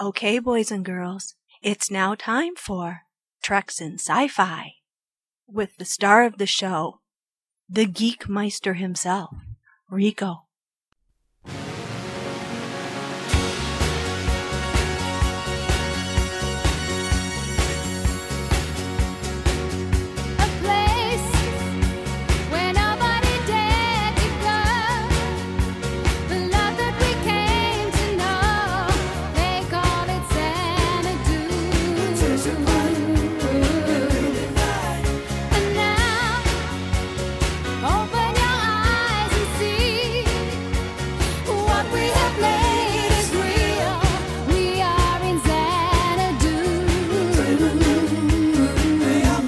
Okay, boys and girls, it's now time for Treks in Sci-Fi with the star of the show, the Geekmeister himself, Rico. A place where nobody dared to go. The love that we came to know, they call it Xanadu. And now, open your eyes and see what we have made is real. We are in Xanadu. The neon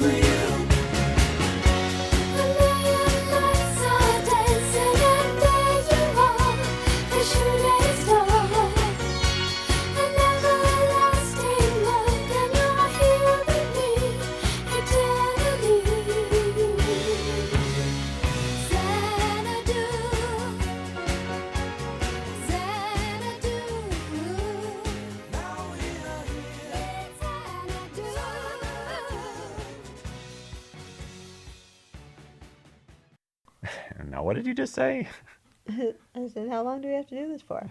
lights are dancing and there you are, the shoelace door. An everlasting look and you're here with me eternally. Xanadu, Xanadu. Now we are here. Now, what did you just say? I said, how long do we have to do this for?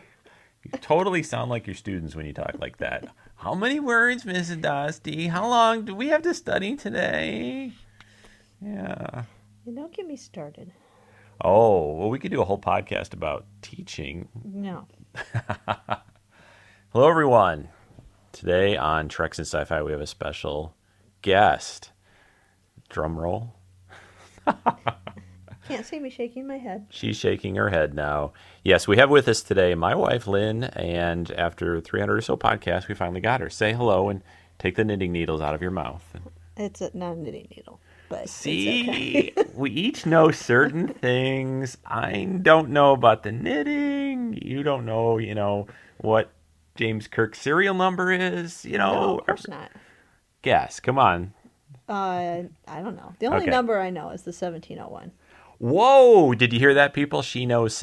You totally sound like your students when you talk like that. How many words, Mrs. Dosty? How long do we have to study today? Yeah. You don't get me started. Oh, well, we could do a whole podcast about teaching. No. Hello, everyone. Today on Treks and Sci-Fi, we have a special guest. Drum roll. Can't see me shaking my head. She's shaking her head now. Yes, we have with us today my wife, Lynn, and after 300 or so podcasts, we finally got her. Say hello and take the knitting needles out of your mouth. It's a, not a knitting needle, but it's okay. See, we each know certain things. I don't know about the knitting. You don't know, you know, what James Kirk's serial number is. You No, know, of course not. guess. Come on. Uh, I don't know. The only Okay. number I know is the 1701. Whoa! Did you hear that, people? She knows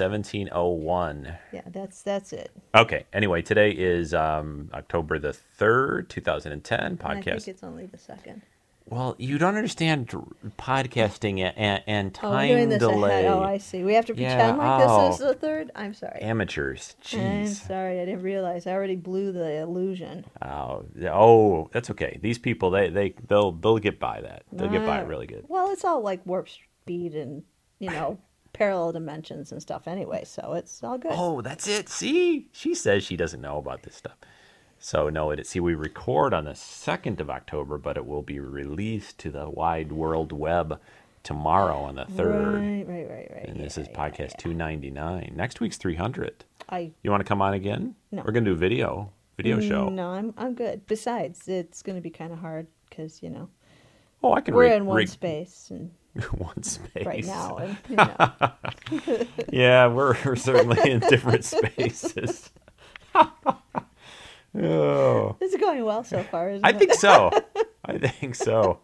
1701. Yeah, that's that's it. Okay. Anyway, today is um, October the third, 2010. And I think Podcast. it's only the second. Well, you don't understand dr- podcasting and, and, and Oh, time I'm doing this delay. ahead. Oh, I see. We have to Yeah, pretend like oh. this is the third. I'm sorry. Amateurs. I'm Jeez. sorry. I didn't realize. I already blew the illusion. Oh, th- oh, that's okay. These people, they they they'll they'll get by that. They'll get by it Ah. really good. Well, it's all like warp speed and you know parallel dimensions and stuff anyway, so it's all good. Oh, that's it. See, she says she doesn't know about this stuff. So no, it see we record on the second of October, but it will be released to the wide world web tomorrow on the third. Right, right, right, right. And this yeah, is yeah. podcast 299. Next week's 300. I You want to come on again? No. We're going to do video, video show. No, I'm I'm good. Besides, it's going to be kind of hard because you know Oh, I can we're re- in one re- space and one space. right now, and you know, Yeah, we're, we're certainly in different spaces. oh, it's going well so far. Isn't I it? think so. I think so.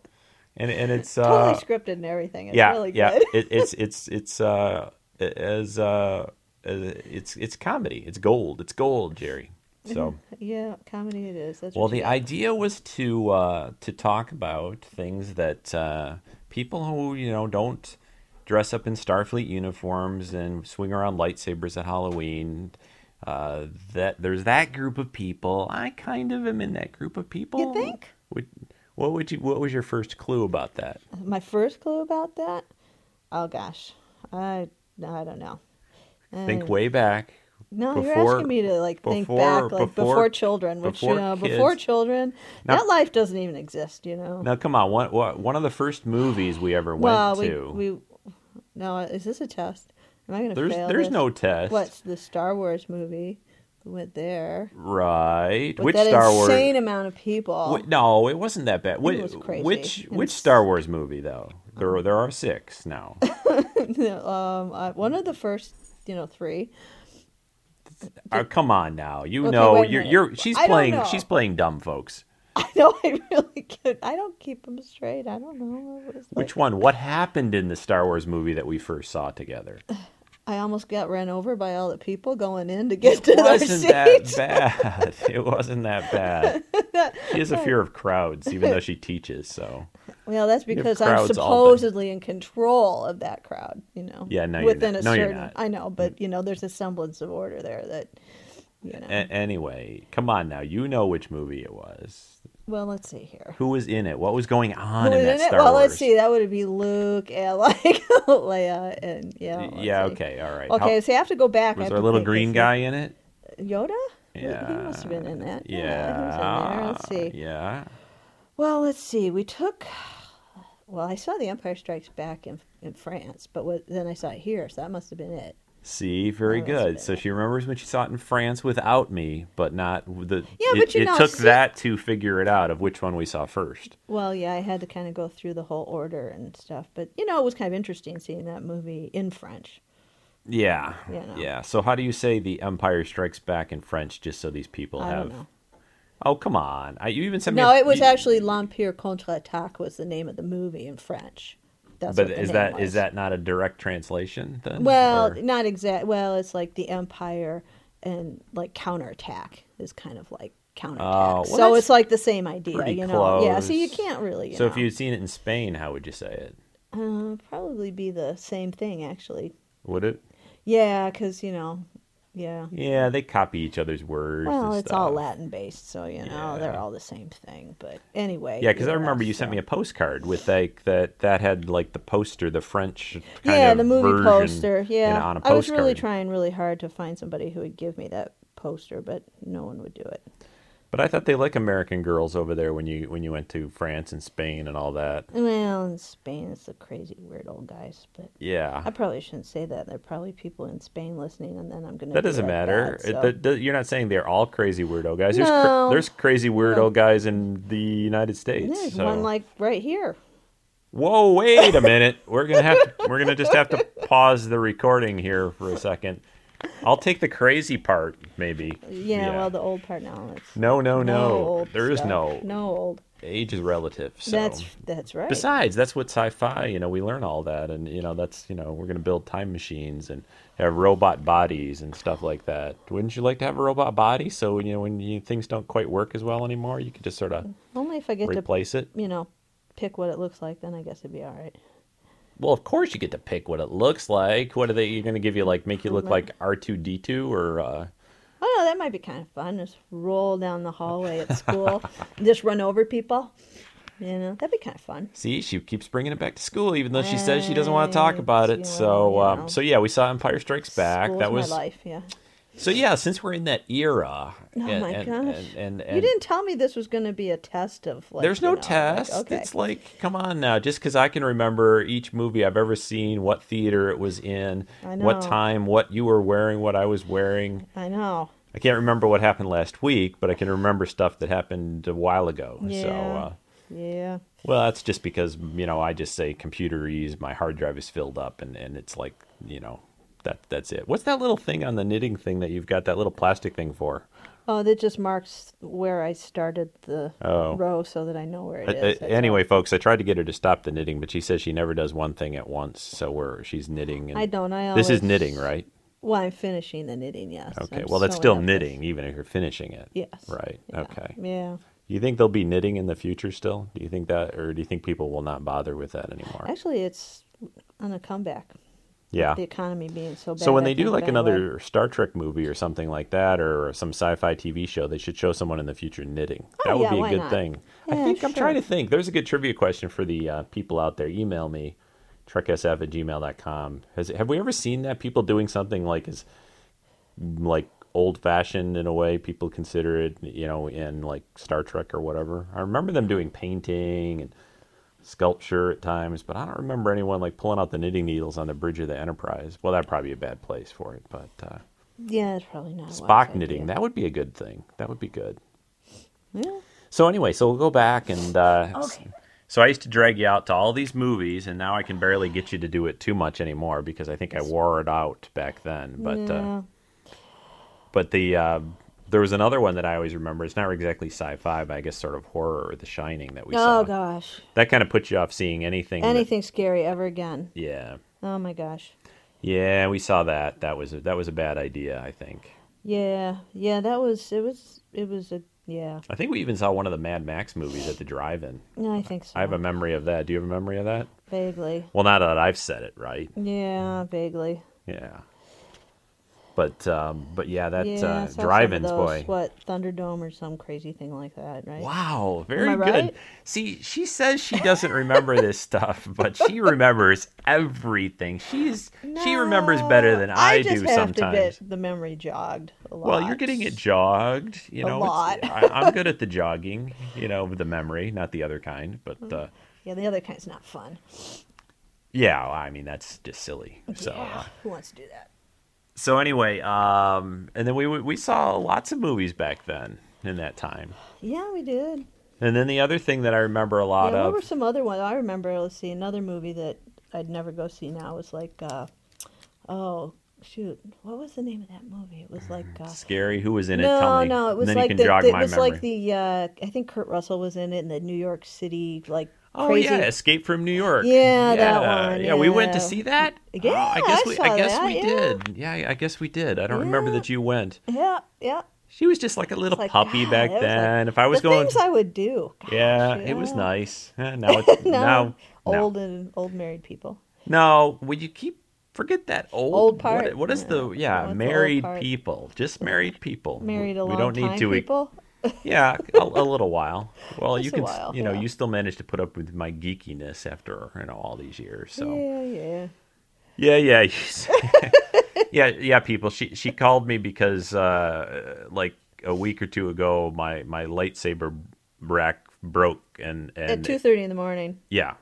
And and it's uh, totally scripted and everything. It's yeah, really good. yeah. It, it's it's it's uh, as uh, as- it's it's comedy. It's gold. It's gold, Jerry. So. Yeah, comedy it is. That's Well, what you the idea was to uh, to talk about things that uh, people who you know don't dress up in Starfleet uniforms and swing around lightsabers at Halloween. Uh, that there's that group of people. I kind of am in that group of people. think? Would, what would you? What was your first clue about that? my first clue about that oh gosh i i don't know I Think don't- way back. no you're before- asking me to like think before- back like before- before, children which before you know before kids. children Now- that life doesn't even exist you know Now, come on. One one- one of the first movies we ever went well to. we we no is this a test am i gonna there's fail there's this? no test. what's the star wars movie we went there right? with Which that Star Wars? insane amount of people Wh- no, it wasn't that bad. Wh- it was crazy. Which And which s- Star Wars movie though? There are, there are six now. um uh, one of the first you know three Uh, come on now, you Okay, know wait a you're, minute. you're she's I don't playing know. she's playing dumb folks. i know i really could i don't keep them straight i don't know It was like- Which one? What happened in the Star Wars movie that we first saw together? I almost got ran over by all the people going in to get to It their wasn't seats. that bad. It wasn't that bad. She has a fear of crowds, even though she teaches. So Well, that's have because I'm crowds all day. supposedly in control of that crowd, you know. Yeah, no, you're within not. a No, you're certain not. Mm. I know, but you know, there's a semblance of order there that you know. a- anyway, come on now. You know which movie it was. well, let's see here. Who was in it? What was going on in Who was that in it? Star well, Wars? let's see. That would be Luke and like Leia and yeah. Y- let's Yeah. see. Okay. All right. Okay, How, so you have to go back. I was have there a to little think green this- guy in it? Yoda? He- He Yeah. must have been in that. Yeah. he was in there. Let's see. Yeah. Well, let's see. We took. Well, I saw The Empire Strikes Back in in France, but what, then I saw it here, so that must have been it. See, very Oh, that's good. So she remembers when she saw it in France without me, but not w- the. Yeah, it, but you it know, took see- that to figure it out of which one we saw first. Well, yeah, I had to kind of go through the whole order and stuff, but you know, it was kind of interesting seeing that movie in French. Yeah, You know. yeah. So how do you say the Empire Strikes Back in French, just so these people I have? don't know. Oh come on! I, you even sent me. No, a- it was you- actually L'Empire Contre-Attaque was the name of the movie in French. That's But what the is name that is was. that not a direct translation then? Well, Or- not exact. Well, it's like the Empire and like counterattack is kind of like counterattack. Oh, well, so that's it's like the same idea, pretty you know. Yeah, so you close. can't really. You so if know. you'd seen it in Spain, how would you say it? Uh, probably be the same thing, actually. Would it? Yeah, because, you know, yeah. Yeah, they copy each other's words. Well, and it's all stuff. Latin based, so, you know, they're Yeah. all the same thing. But anyway. Yeah, because I remember you sent me so- a postcard with like that that had like the poster, the French kind yeah, of the movie version, poster. you know, Yeah. on a I was really postcard. trying really hard to find somebody who would give me that poster, but no one would do it. But I thought they like American girls over there when you when you went to France and Spain and all that. Well, in Spain, it's the crazy, weird old guys, but. I Yeah, probably shouldn't say that. There are probably people in Spain listening, and then I'm gonna. that be doesn't like matter. that, so- It- that- that- you're not saying they're all crazy weirdo guys. There's cra- No. there's crazy weirdo guys in the United States. There's so- one like right here. Whoa, wait a minute. We're gonna have to, we're gonna just have to pause the recording here for a second. I'll take the crazy part, maybe. Yeah, well, the old part now. It's No, no, no. old There is stuff. no no old. age is relative. So That's that's right. besides, that's what sci-fi. You know, we learn all that, and you know, that's you know, we're gonna build time machines and have robot bodies and stuff like that. Wouldn't you like to have a robot body? So you know, when you, things don't quite work as well anymore, you could just sort of Only if I get to replace it. you know pick what it looks like, then I guess it'd be all right. Well, of course you get to pick what it looks like. What are they going to give you? Like make you look like R two D two or uh, Oh no, that might be kind of fun. Just roll down the hallway at school, just run over people. You know, that'd be kind of fun. see? She keeps bringing it back to school, even though she says she doesn't want to talk about it. Right, So, yeah. um, so yeah, we saw Empire Strikes Back. School's that was my life. Yeah. so yeah. Since we're in that era, oh my gosh. and, and, you and didn't tell me this was going to be a test of like. There's you no know, like, test. okay. It's like, come on now. Just because I can remember each movie I've ever seen, what theater it was in, I what know. time, what you were wearing, what I was wearing. I know. I can't remember what happened last week, but I can remember stuff that happened a while ago. So, Yeah. uh, Yeah. well, that's just because you know I just say computerese. My hard drive is filled up, and and it's like you know that that's it. What's that little thing on the knitting thing that you've got that little plastic thing for? Oh, that just marks where I started the Oh. row so that I know where it I- is. I- that's all. anyway, folks, I tried to get her to stop the knitting, but she says she never does one thing at once. So we're she's knitting. And I don't. I This is always- knitting, right? Well, I'm finishing the knitting, yes. Okay. I'm well, that's sewing still up this- knitting, even if you're finishing it. Yes. Right. Yeah. Okay. Yeah. Do you think there'll be knitting in the future still? Do you think that, or do you think people will not bother with that anymore? Actually, it's on a comeback. yeah. The economy being so bad. Ah. So when I they do think like that another Star Trek movie or something like that, or some sci-fi TV show, they should show someone in the future knitting. that would Oh, yeah, be a why good not? thing. I Yeah, think I'm sure. trying to think. There's a good trivia question for the uh, people out there. Email me, treksf at gmail.com. Has, have we ever seen that people doing something like as like old fashioned in a way people consider it, you know, in like Star Trek or whatever? I remember them doing painting and sculpture at times, but I don't remember anyone like pulling out the knitting needles on the bridge of the Enterprise. Well, that'd probably be a bad place for it, but uh, Yeah, it's probably not. a wise Spock idea. knitting that would be a good thing. That would be good. Yeah. So anyway, so we'll go back and uh, so I used to drag you out to all these movies, and now I can barely get you to do it too much anymore because I think I wore it out back then. But uh, yeah. but the uh, there was another one that I always remember. It's not exactly sci-fi, but I guess sort of horror or The Shining that we saw. oh gosh. That kind of put you off seeing anything. that- Anything scary ever again? yeah. Oh my gosh. Yeah, we saw that. That was a, that was a bad idea. I think. Yeah, yeah, that was it was it was a yeah. I think we even saw one of the Mad Max movies at the drive-in. No, I think so. I have a memory of that. Do you have a memory of that? vaguely. Well, now that I've said it, right? Yeah, vaguely. Yeah. But um, but yeah, that yeah, I uh, saw some of drive-ins, those, boy. What Thunderdome or some crazy thing like that, right? Wow, very I good. right? See, she says she doesn't remember this stuff, but she remembers everything. She's she remembers better than No, I, just do have sometimes. To get the memory jogged a lot. Well, you're getting it jogged, you A know. it's- lot. I, I'm good at the jogging, you know, with the memory, not the other kind. But Mm. uh, Yeah, the other kind's not fun. yeah, I mean that's just silly. So uh, yeah, who wants to do that? so anyway, um, and then we we saw lots of movies back then in that time. Yeah, we did. And then the other thing that I remember a lot yeah, what of, were some other ones? I remember. Let's see, another movie that I'd never go see now was like, uh, oh shoot, what was the name of that movie? It was like. Uh, scary. Who was in it? Tell no, me. no, it was and then you like can the, jog it my was memory. like the uh, I think Kurt Russell was in it in the New York City like Oh crazy yeah, Escape from New York. Yeah, that one, Yeah, we went to yeah. see that. Yeah, Oh, I guess I we. saw I guess that, we yeah. did. Yeah, I guess we did. I don't remember Yeah. that you went. yeah yeah She was just like a little It's like, puppy God, back it was like- then. if I was the going, things I would do. Gosh, yeah, you it was know? nice. Eh, Now it's No, now old No, and old married people. no would you keep forget that old, Old what- part. what is Yeah, the yeah what's the old married part? people? Just married people. Married a we long don't need time to e- people. Yeah, a, a little while. Well, you Just a can, s- while, you know, yeah. you still managed to put up with my geekiness after you know all these years. So Yeah, yeah. Yeah, yeah, yes. yeah, yeah. People, she she called me because uh, like a week or two ago, my my lightsaber rack broke, and At and two thirty in the morning. yeah,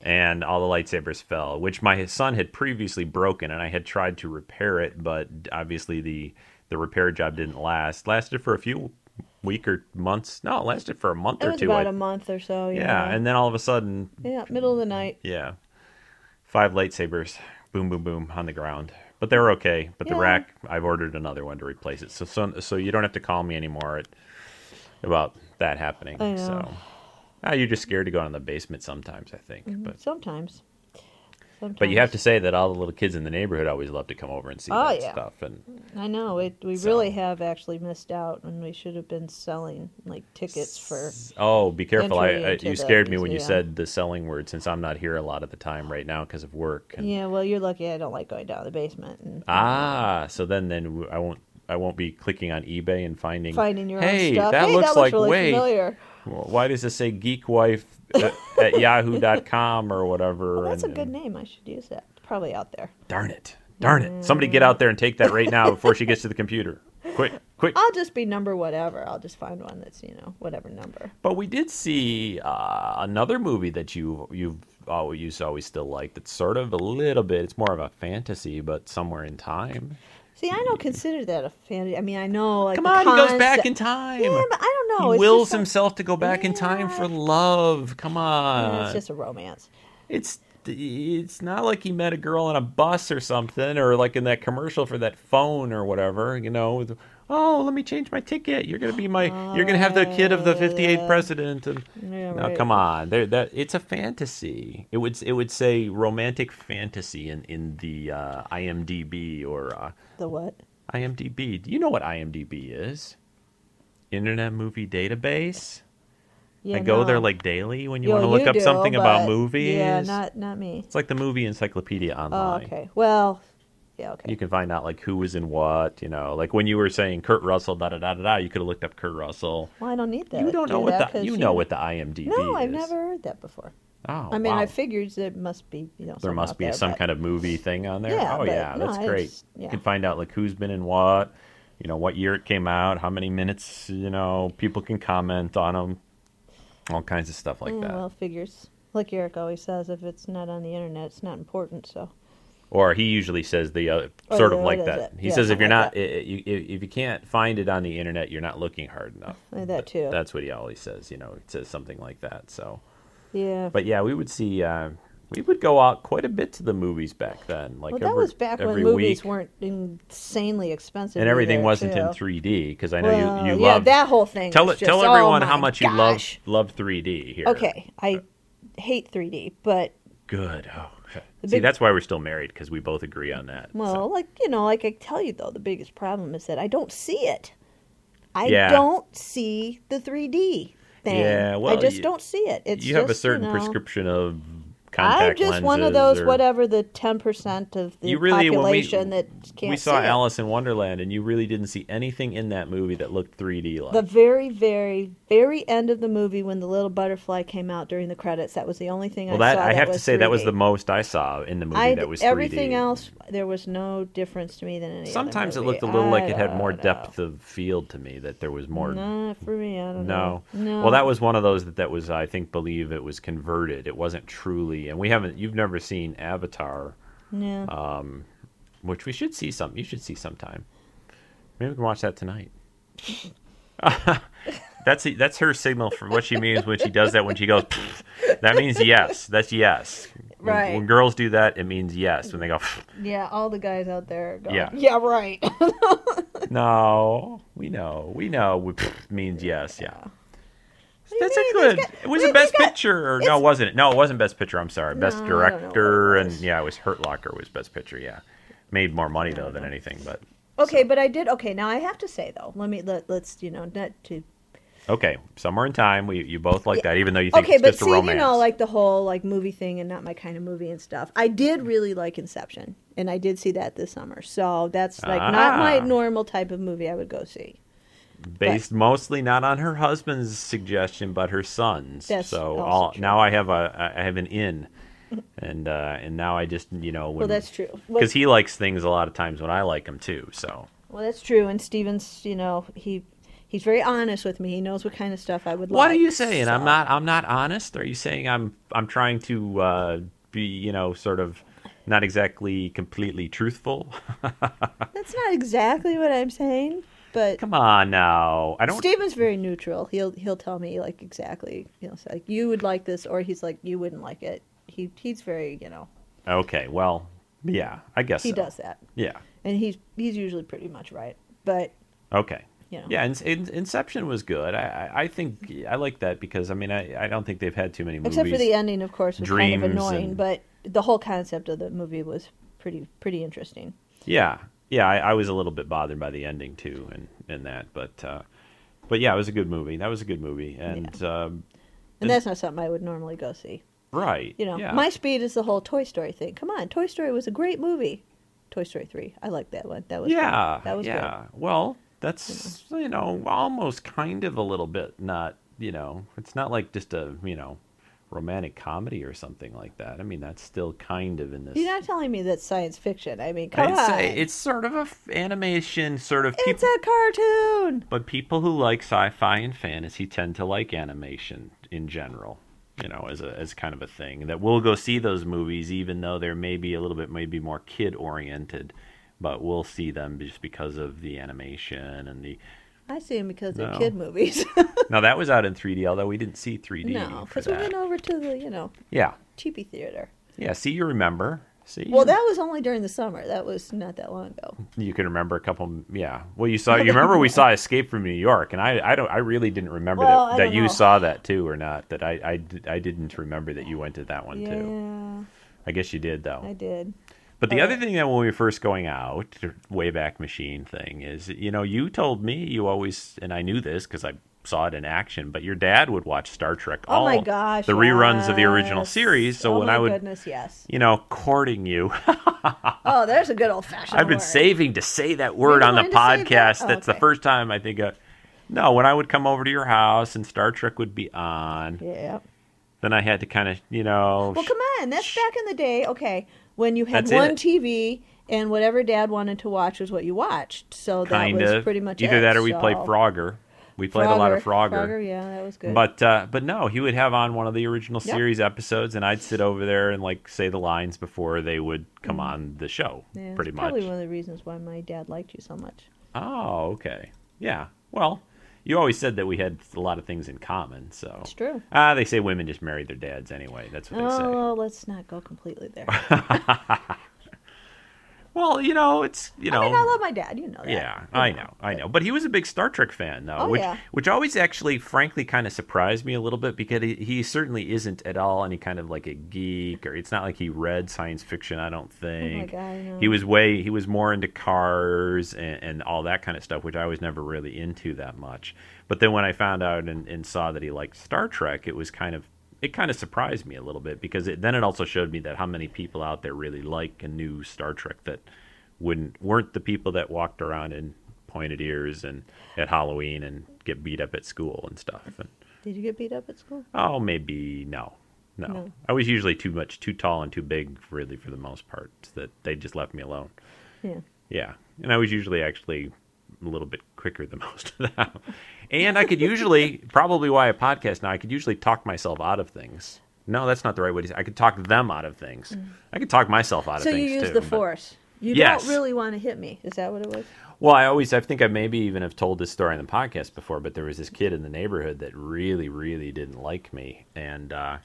and all the lightsabers fell, which my son had previously broken, and I had tried to repair it, but obviously the the repair job didn't last. Lasted for a few week or months. No, it lasted for a month It or was two. about I- a month or so. yeah, yeah, and then all of a sudden, yeah, middle of the night. yeah. Five lightsabers. Boom, boom, boom on the ground. But they're okay. But the Yeah. rack, I've ordered another one to replace it. So, so, so you don't have to call me anymore at, about that happening. I know. So, ah, you're just scared to go down in the basement sometimes, I think. Mm-hmm. But Sometimes. Sometimes. but you have to say that all the little kids in the neighborhood always love to come over and see Oh, that yeah. stuff. And I know it, we So. really have actually missed out, and we should have been selling like tickets for. oh, be careful! I, Entry I into you the scared me when you museum. said the selling word since I'm not here a lot of the time right now because of work. And, Yeah, well, you're lucky. I don't like going down to the basement. And, Ah, so then then w- I won't I won't be clicking on eBay and finding Finding your hey, own stuff. That hey, looks that like really way. familiar. Well, Why does it say geek wife uh, at yahoo.com or whatever? Well, that's a and- good name. I should use that. It's Probably out there. Darn it. Darn it. Somebody get out there and take that right now before she gets to the computer. Quick, quick. I'll just be number whatever. I'll just find one that's you know whatever number. But we did see uh, another movie that you you've always, you always still liked. That's sort of a little bit. It's more of a fantasy, but somewhere in time. See, I don't consider that a fantasy. I mean, I know like Mm-hmm. Come the on, he goes back concept- in time. Yeah, but I don't know. He it's wills just like- himself to go back in time for love. Come Yeah, on. it's just a romance. it's it's not like he met a girl on a bus or something, or like in that commercial for that phone or whatever. You know, with, oh, let me change my ticket. You're gonna be my. you're gonna have the kid of the 58th president. And Uh, Yeah, no, right. come on, there. That it's a fantasy. It would it would say romantic fantasy in in the uh, IMDb or uh, The what? IMDb. Do you know what IMDb is? Internet Movie Database. Yeah, I go there no. like daily when you Yo, want to look up do, something about but- movies. Yeah, not not me. It's like the movie encyclopedia Oh, online. okay. Well, yeah, okay. You can find out like who was in what, you know. Like when you were saying Kurt Russell, da da da da da, you could have looked up Kurt Russell. well, I don't need that. You don't Do know what that the 'cause you know what the IMDb is. No, I've never heard that before. Oh, I mean, wow. I figured there must be you know there something must out be there, some but- kind of movie thing on there. Yeah, oh but yeah, no, that's I great. just- You yeah. can find out like who's been in what, you know, what year it came out, how many minutes, you know, people can comment on them, all kinds of stuff like yeah, that. Mm, Well, figures. Like Eric always says, if it's not on the internet, it's not important. So or he usually says the other, Oh, sort yeah, of like what is that. it? He Yeah, says if you're something not like i i- you, if if you can't find it on the internet, you're not looking hard enough. Like that, too. That's what he always says. You know, he says something like that. So, yeah. but yeah, we would see. Uh, we would go out quite a bit to the movies back then. Like well, every, that was back when every movies week, weren't insanely expensive, and everything either, wasn't in too. 3D because I know Well, you you yeah, love that whole thing. Tell was it tell just, oh everyone my how much gosh. you love love 3D here. Okay, I hate 3D, but Good. Oh. The See, big- that's why we're still married because we both agree on that. so. Well, like you know, like I tell you though, the biggest problem is that I don't see it. I Yeah. don't see the 3D thing. Yeah, well, I just you- don't see it. It's you have a just, certain know, prescription of contact I'm just one of those lenses or- whatever the 10% of the You really- when we- population that can't we saw see it. Alice in Wonderland, and you really didn't see anything in that movie that looked 3D like. The very, very, very end of the movie when the little butterfly came out during the credits. That was the only thing well, I that saw. I have was to say that was 3D. the most I saw in the movie I that was 3D. everything else. There was no difference to me than any. other Sometimes it movie. looked a little like I it had more don't know. depth of field to me. That there was more. Not for me. I don't No. know. No. Well, that was one of those that, that was, I think, believe it was converted. It wasn't truly, and we haven't. You've never seen Avatar, Yeah. uh, which we should see some. You should see sometime. Maybe we can watch that tonight. that's that's her signal for what she means when she does that. When she goes, that means yes. That's yes. When- Right. When girls do that, it means yes. When they go, yeah. All the guys out there. Are going, Yeah. yeah. Right. no, we know, we know, we- means yes. Yeah. do you That's mean? a These good. guy- it was they- a best they got- picture. Or, no, it wasn't it? No, it wasn't best picture. I'm sorry. I Best don't know what it director and was. yeah, it was Hurt Locker was best picture. Yeah, made more money though than anything. But okay, but I did. Okay, now I have to say though. Let me let let's you know not to. okay, somewhere in time, we you both like that, even though you think Okay, it's but just see, a romance. you know, like the whole like movie thing and not my kind of movie and stuff. I did really like Inception, and I did see that this summer. So that's like not my Ah. normal type of movie I would go see. Based mostly not on her husband's suggestion, but her son's. That's so also all, true. now I have a I have an in, and uh, and now I just you know Well, when that's true. Well, because he likes things a lot of times when I like them too. So well, that's true. And Stevens, you know, he he's very honest with me. He knows what kind of stuff I would like. What are you saying? I'm so- not. I'm not honest. Are you saying I'm? I'm trying to uh, be, you know, sort of, not exactly completely truthful. That's not exactly what I'm saying, but Come on now. I don't. Steven's very neutral. He'll he'll tell me like exactly. He'll say like you would like this, or he's like you wouldn't like it. He he's very you know Okay. Well. Yeah. I guess he so. does that, Yeah. and he's he's usually pretty much right. But Okay. You know. Yeah. In, in, Inception was good. I, I. I think I like that because I mean I. I don't think they've had too many movies. except for the ending, of course, was kind of dreams annoying. and- But the whole concept of the movie was pretty pretty interesting. Yeah, yeah, I, I was a little bit bothered by the ending too, and and that, but uh, but yeah, it was a good movie. That was a good movie, and um, Is- And that's not something I would normally go see. right, You know, yeah. my speed is the whole Toy Story thing. Come on, Toy Story was a great movie. Toy Story three, I like that one. That was good. yeah, That was good. yeah. Well, that's you know almost kind of a little bit not you know it's not like just a you know romantic comedy or something like that. I mean that's still kind of in this. You're not telling me that's science fiction. I mean, come I'd on. say it's sort of a f- animation sort of It's people, a cartoon. but people who like sci-fi and fantasy tend to like animation in general you know as a as kind of a thing that we'll go see those movies even though they're maybe a little bit maybe more kid oriented but we'll see them just because of the animation and the I see them because they're No. kid movies. now that was out in 3d although we didn't see 3d for no, because we that. went over to the you know yeah cheapy theater. yeah see you remember see Well, that was only during the summer. That was not that long ago. you can remember a couple yeah well you saw you remember we saw escape from new york and i i don't i really didn't remember Well, I that, that don't you know. saw that too or not that I, I d- I didn't remember that you went to that one Yeah, too i guess you did though I did. but the uh, other thing that when we were first going out wayback machine thing is you know you told me you always and i knew this because i saw it in action but your dad would watch star trek Oh all my gosh, the reruns of the original yes. series so oh when my i would goodness, yes. you know courting you Oh, there's a good old fashioned. I've been word. saving to say that word been on the wanting to say that? podcast. Oh, That's the okay. first time I think. Uh, no, when I would come over to your house and Star Trek would be on, Yeah. then I had to kind of, you know, Well, come on. That's back in the day. Okay, when you had That's one it. TV and whatever Dad wanted to watch was what you watched. So that kind was of pretty much either it, that or we so. played Frogger. We played a lot of Frogger. Frogger, yeah, that was good. But uh, but no, he would have on one of the original Yep. series episodes, and I'd sit over there and like say the lines before they would come on the show, Mm-hmm. Yeah, it's pretty much. Probably one of the reasons why my dad liked you so much. Oh, okay, yeah. Well, you always said that we had a lot of things in common, so It's true. Ah, they say women just marry their dads anyway. That's what they Oh, let's not go completely there. say. Well, you know, it's you know. I mean, I love my dad. You know that. Yeah, I know, I know. But he was a big Star Trek fan, though, Oh, which yeah. which always actually, frankly, kind of surprised me a little bit because he, he certainly isn't at all any kind of like a geek, or it's not like he read science fiction. I don't think Oh God, I know. he was way he was more into cars and, and all that kind of stuff, which I was never really into that much. But then when I found out and, and saw that he liked Star Trek, it was kind of it kind of surprised me a little bit because it, then it also showed me that how many people out there really like a new Star Trek that wouldn't weren't the people that walked around in pointed ears and at Halloween and get beat up at school and stuff. And, Did you get beat up at school? oh, maybe no, no. No. I was usually too much, too tall, and too big, really, for the most part. so that they just left me alone. Yeah. Yeah, and I was usually actually a little bit quicker than most of them, and I could usually probably why I podcast now. I could usually talk myself out of things. No, that's not the right way to say. I could talk them out of things. I could talk myself out Mm. So of you things use too, the but- force. You Yes. don't really want to hit me. Is that what it was? Well, I always, I think I maybe even have told this story on the podcast before, but there was this kid in the neighborhood that really, really didn't like me, and uh,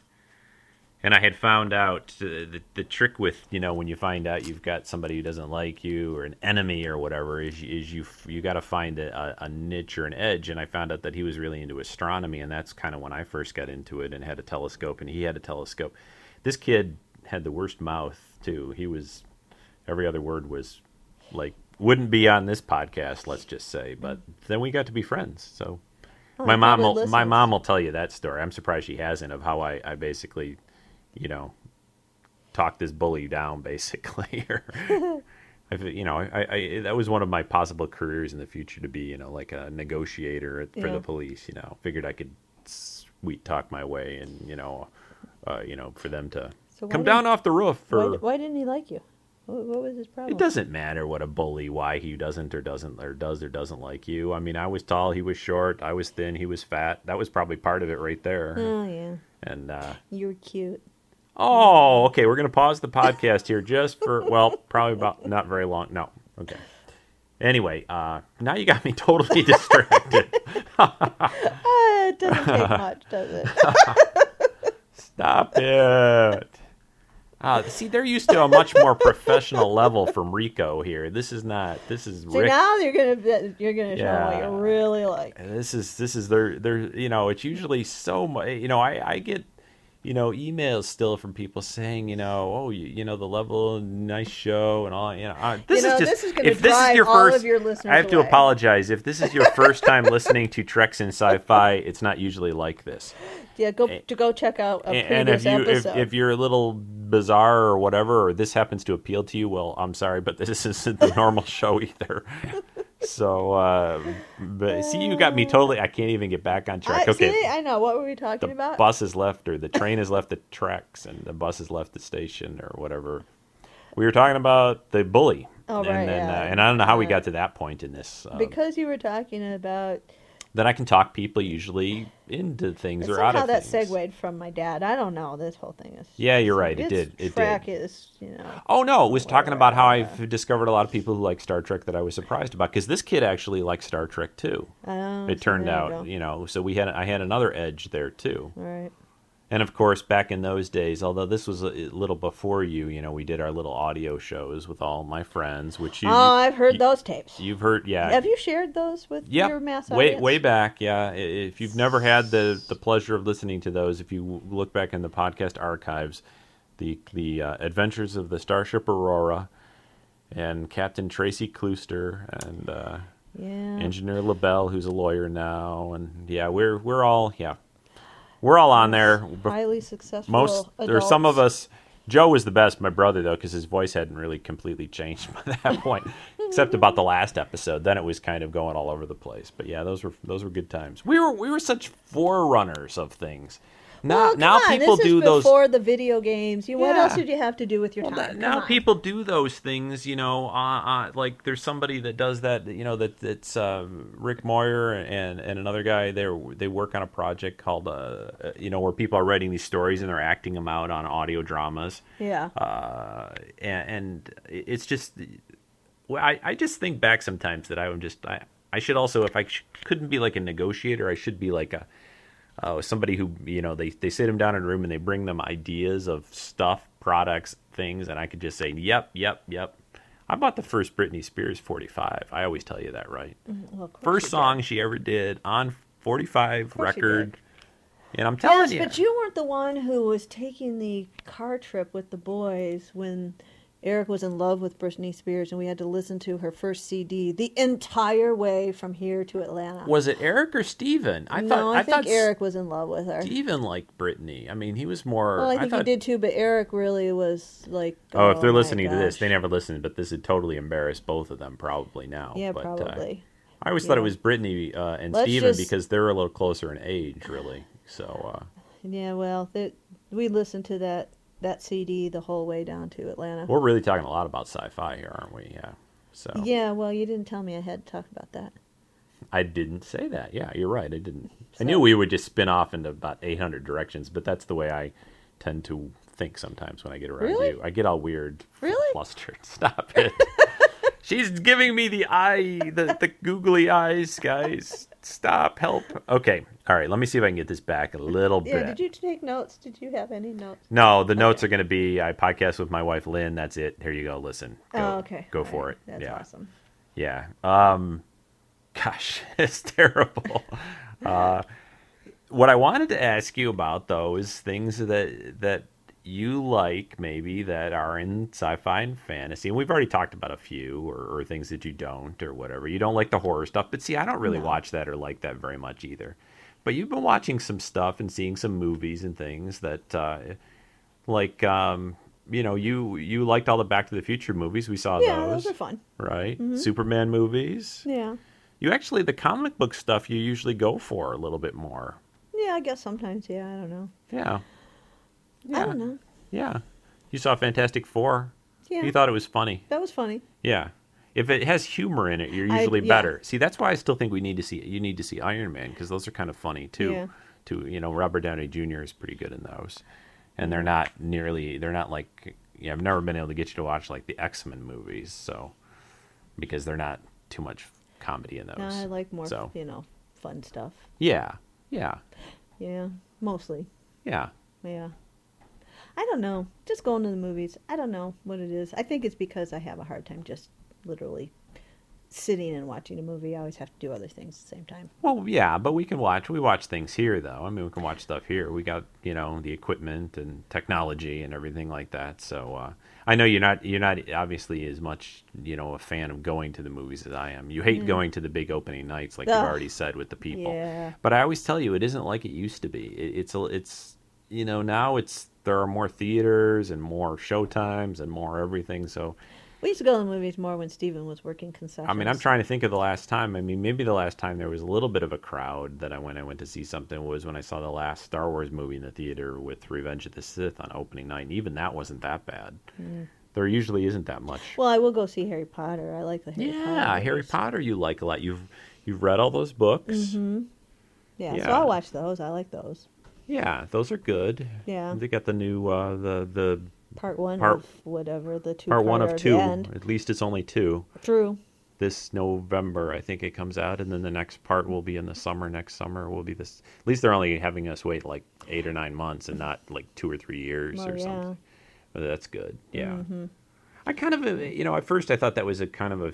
and I had found out uh, the the trick with you know when you find out you've got somebody who doesn't like you or an enemy or whatever is is you you got to find a, a, a niche or an edge, and I found out that he was really into astronomy, and that's kind of when I first got into it and had a telescope, and he had a telescope. This kid had the worst mouth too. He was every other word was like wouldn't be on this podcast, let's just say. But then we got to be friends. So my I'm mom glad will it my listens. mom will tell you that story. I'm surprised she hasn't of how I, I basically, you know, talked this bully down basically. or I've, you know, I, I that was one of my possible careers in the future to be, you know, like a negotiator at, for Yeah. the police. You know, figured I could sweet talk my way and you know, uh, you know, for them to So why come didn't- down off the roof. Or, Why, why didn't he like you? What, what was his problem? it doesn't matter what a bully, why he doesn't or doesn't or does or doesn't like you. I mean, I was tall, he was short, I was thin, he was fat. That was probably part of it right there. Oh yeah, And uh, you were cute. oh, okay, we're gonna pause the podcast here just for well, probably about not very long. No, okay. Anyway, uh, now you got me totally distracted. Ah, it doesn't take much, does it? Stop it. Uh, see, they're used to a much more professional level from Rico here. This is not. This is so Rick. now you're gonna you're gonna show him Yeah. what you really like. And this is this is their their you know it's usually so much you know I I get you know emails still from people saying you know oh you, you know the level nice show and all you know I, this know, is just this is gonna if this is drive your all of first your listeners I have to away. apologize if this is your first time listening to Treks in Sci-Fi it's not usually like this Yeah, go to go check out a A- previous and if you if, episode. if you're a little bizarre or whatever or this happens to appeal to you well i'm sorry but this isn't the normal show either so uh but see you got me totally i can't even get back on track Uh, I, okay see, I know. What were we talking the about? bus has left or the train has left the tracks and the bus has left the station or whatever we were talking about the bully Oh, and right, then, yeah. uh, and i don't know how we Yeah. got to that point in this uh, because you were talking about. that i can talk people usually into things or out Somehow of that things segued from my dad. I don't know. This whole thing is. yeah you're right it This did it did track is, you know. Oh no, it was talking Whatever. about how I've discovered a lot of people who like Star Trek that I was surprised about because this kid actually likes Star Trek too. Oh, It so turned there you out, go. you know, so we had I had another edge there too. All right. And of course, back in those days, although this was a little before you, you know, we did our little audio shows with all my friends, which you oh, I've heard you- those tapes. you've heard, yeah. Have you shared those with Yep. your mass way audience? way back, yeah. I- If you've never had the the pleasure of listening to those, if you look back in the podcast archives, the the uh, Adventures of the Starship Aurora, and Captain Tracy Cloister and uh, Yeah. Engineer LaBelle, who's a lawyer now, and yeah, we're we're all yeah, we're all on there. Bef- Highly successful. most or some of adults. us joe was the best my brother though because his voice hadn't really completely changed by that point except about the last episode then it was kind of going all over the place but yeah those were those were good times we were we were such forerunners of things now Well, come now on, people this do is those before the video games. You, What Yeah. else did you have to do with your well, time? that- Come now on. people do those things, you know. Uh, uh, like there's somebody that does that, you know. That that's uh, Rick Moyer and and another guy. They they work on a project called, uh, uh, you know, where people are writing these stories and they're acting them out on audio dramas. Yeah. Uh, and, and it's just, well, I, I just think back sometimes that I'm just I I should also if I sh- couldn't be like a negotiator, I should be like a uh, somebody who you know they they sit them down in a room and they bring them ideas of stuff, products, things, and I could just say yep, yep, yep. I bought the first Britney Spears 45. I always tell you that, right? Well, Mm-hmm. of course First you song she ever did on 45 course you record. And I'm did. Yes, telling but you weren't the one who was taking the car trip with the boys when Eric was in love with Britney Spears, and we had to listen to her first CD the entire way from here to Atlanta. was it Eric or Steven? I no, thought I, I, think thought Eric was in love with her. Steven liked Britney. I mean, he was more Well, I think thought, he did too, but Eric really was like. Oh, if they're my listening to this, gosh. they never listened, but this would totally embarrass both of them probably now. Yeah, but, uh, probably. I always thought it Yeah. was Brittany uh, and Let's Steven just- because they're a little closer in age, really. So, uh, Yeah, well, th we listened to that that CD the whole way down to Atlanta. we're really talking a lot about sci fi here, aren't we? Yeah. So, Yeah, well, you didn't tell me I had to talk about that. I didn't say that. Yeah, you're right. I didn't. I So- knew we would just spin off into about 800 directions, but that's the way I tend to think sometimes when I get around Really? you. I get all weird, f- Really? flustered. Stop it. She's giving me the eye, the, the googly eyes, guys. Stop, help. Okay. All right, let me see if I can get this back a little Yeah, bit. did you take notes? Did you have any notes? No, the notes are going to be I podcast with my wife Lynn. That's it. Here you go. Listen. Go, oh, okay. Go All for right. it. That's yeah. awesome. Yeah. Um, gosh, it's terrible. uh, what I wanted to ask you about though is things that that you like maybe that are in sci-fi and fantasy and we've already talked about a few or, or things that you don't or whatever you don't like the horror stuff but see i don't really watch that or like that very much either but you've been watching some stuff and seeing some movies and things that uh, like um, you know you you liked all the back to the future movies we saw Yeah, those are fun. right? Superman movies. Mm-hmm. Yeah. You actually the comic book stuff you usually go for a little bit more. Yeah, I guess sometimes. Yeah, I don't know. Yeah. I don't know. Yeah. You saw Fantastic 4. Yeah. You thought it was funny. That was funny. Yeah. If it has humor in it, you're I- usually yeah. better. See, that's why I still think we need to see you need to see Iron Man because those are kind of funny too. Yeah. To you know, Robert Downey Jr. is pretty good in those, and they're not nearly they're not like yeah. I've never been able to get you to watch like the X Men movies, so because they're not too much comedy in those. No, I like more, So you know, fun stuff. yeah, yeah, Yeah, mostly. yeah. Yeah. I don't know. Just going to the movies. I don't know what it is. I think it's because I have a hard time just literally sitting and watching a movie. I always have to do other things at the same time. Well, yeah, but we can watch. We watch things here, though. I mean, we can watch stuff here. We got you know the equipment and technology and everything like that. So uh, I know you're not you're not obviously as much you know a fan of going to the movies as I am. You hate going to the big opening nights, like you've Mm. Ugh. already said with the people. Yeah. But I always tell you, it isn't like it used to be. It, it's a- it's you know now it's there are more theaters and more showtimes and more everything. So We used to go to the movies more when Steven was working concessions. I mean, I'm trying to think of the last time. I mean, maybe the last time there was a little bit of a crowd that I went. I went to see something was when I saw the last Star Wars movie in the theater with Revenge of the Sith on opening night. And even that wasn't that bad. There usually isn't that much. Hmm. Well, I will go see Harry Potter. I like the Harry Potter. yeah, Harry movies. Potter you like a lot. You've you've read all those books. Mm-hmm. Yeah, so Yeah. I'll watch those. I like those. Yeah, those are good. Yeah. they got the new uh, the the Part one Part- of whatever the two part one of at the two. end. At least it's only two. True. this November, I think it comes out, and then the next part will be in the summer. Next summer will be this. At least they're only having us wait like eight or nine months, and not like two or three years Well, or yeah. Mm-hmm. something. But that's good. Yeah. I kind of, uh, you know, at first I thought that was a kind of a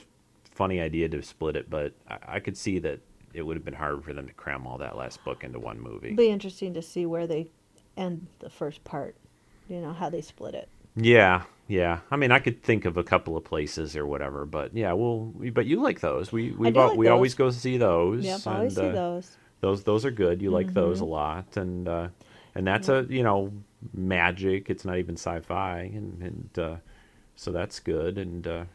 funny idea to split it, but I, I could see that it would have been hard for them to cram all that last book into one movie. It'll be interesting to see where they end the first part. You know, how they split it. Yeah, yeah. I mean, I could think of a couple of places or whatever, but yeah, well, we, but you like those. We we do al- like we always go those. see those. Yep, I always and, uh, see those. those those are good you like those Mm-hmm. a lot and uh and that's a you know magic it's not even sci-fi and and uh so that's good and uh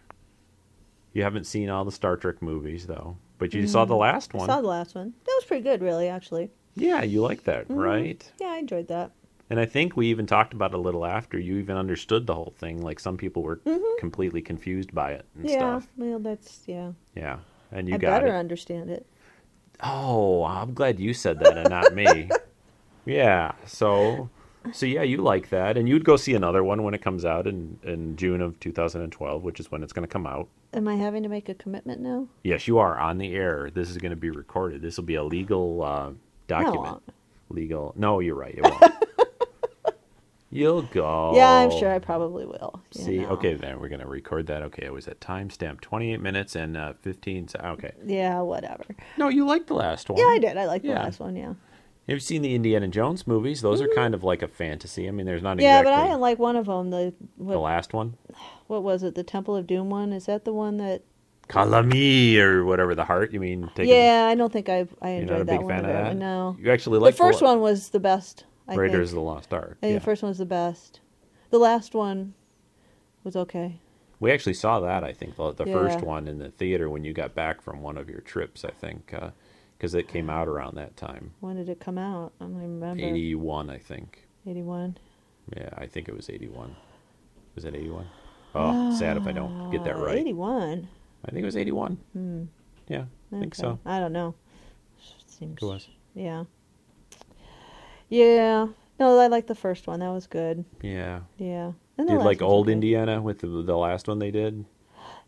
you haven't seen all the star trek movies though but you saw the last Mm-hmm. I one saw the last one. That was pretty good, really, actually. yeah you like that Mm-hmm. right Yeah, I enjoyed that. and i think we even talked about it a little after you even understood the whole thing like some people were completely confused by it and Mm-hmm. yeah, stuff well, that's yeah. yeah and you I got better it understand it. Oh, I'm glad you said that and not me. yeah. So, so yeah, you like that, and you'd go see another one when it comes out in in June of 2012, which is when it's going to come out. Am I having to make a commitment now? Yes, you are on the air. This is going to be recorded. This will be a legal uh, document. won't. Legal. No, you're right. It won't. You'll go. Yeah, I'm sure I probably will. you Oh. See, know. okay, then we're gonna record that. Okay, it was at timestamp 28 minutes and uh, 15. se- Okay, Yeah, whatever. no, you liked the last one. Yeah, I did. I like the Yeah. last one. Yeah. You've seen the Indiana Jones movies? Those are kind of like a fantasy. I mean, there's not Yeah, but exactly I didn't like one of them. The what? the last one, what was it? The Temple of Doom one? Is that the one that? Kalami or whatever the heart. You mean? Take yeah, I don't think I I you're not a big enjoyed that one. fan of very- that. No. you actually The like first one was the best. I Raiders of Think. the Lost Ark. I think yeah. The first one was the best. The last one was okay. We actually saw that, I think, the, the first Yeah. one in the theater when you got back from one of your trips, I think, because it came out around that time, When did it come out? I don't even remember. 81, I think. Eighty-one. Yeah, I think it was 81. Was it 81? Oh, sad if I don't get that Uh, right. Eighty-one. I think it was 81. Yeah, I think Hmm. Okay. so. I don't know. Seems. It was. Yeah. Yeah. No, I like the first one. That was good. Yeah. Yeah. And the Did last like one's old okay. Indiana with the, the last one they did?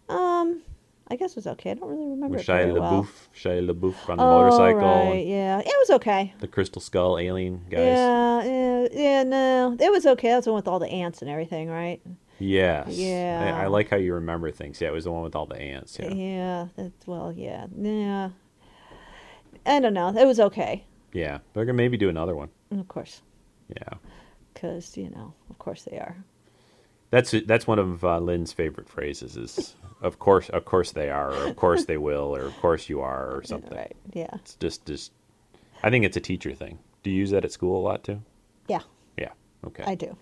Um, I guess it was okay. I don't really remember With it very Shia well. LaBeouf, Shia LaBeouf on the Oh, motorcycle. right, yeah, it was okay. The Crystal Skull alien guys. Yeah, yeah, yeah, no, it was okay. That's the one with all the ants and everything, right? Yes. Yeah. I, I like how you remember things. Yeah, it was the one with all the ants. Yeah, Yeah. Yeah. that's, well, yeah, yeah. I don't know. It was okay, They're going to maybe do another one. of course, Yeah. because you know, of course they are. That's that's one of uh, Lynn's favorite phrases is of course of course they are or of course they will or of course you are or something. Right? Yeah, It's just just I think it's a teacher thing. Do you use that at school a lot too? yeah, Yeah. Okay. I do.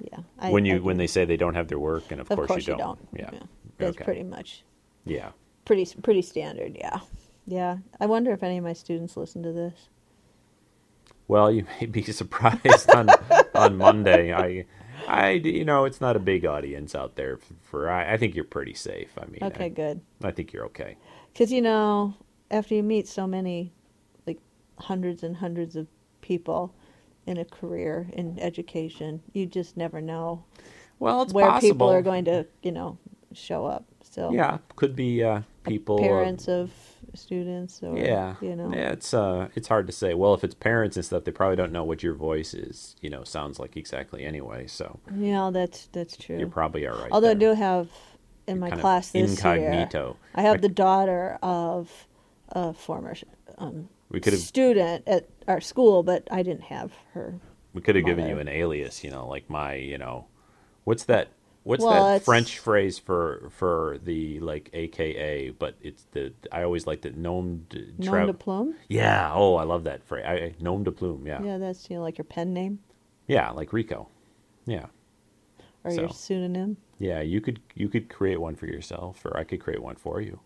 Yeah, I, when I you do. when they say they don't have their work and of, of course, you don't. Yeah. that's Okay. pretty much Yeah. pretty pretty standard. Yeah, yeah. I wonder if any of my students listen to this. Well, you may be surprised on on Monday. I I you know, it's not a big audience out there f- for I, I think you're pretty safe. I mean, Okay, I, good. I think you're okay. Because you know, after you meet so many, like hundreds and hundreds of people in a career in education, you just never know Well, it's where possible. people are going to, you know, show up. So Yeah, could be uh, people. uh, parents of students, or yeah, you know, yeah. It's uh, it's hard to say. Well, if it's parents and stuff, they probably don't know what your voice is. You know, sounds like exactly anyway. So Yeah, that's that's true. you're probably all right. Although I there. do have in my kind of class this year, incognito. I have Like- the daughter of a former um, we could have student at our school, but I didn't have her we could have given you mother. an alias. You know, like my you know, what's that? What's Well, that it's- French phrase for for the like AKA? But it's the I always like the nom de, nom trou- de plume. Yeah. Oh, I love that phrase. I, I, nom de plume. Yeah. yeah. Yeah, that's you know like your pen name like Rico. Yeah. or your So. pseudonym. Yeah, you could you could create one for yourself, or I could create one for you.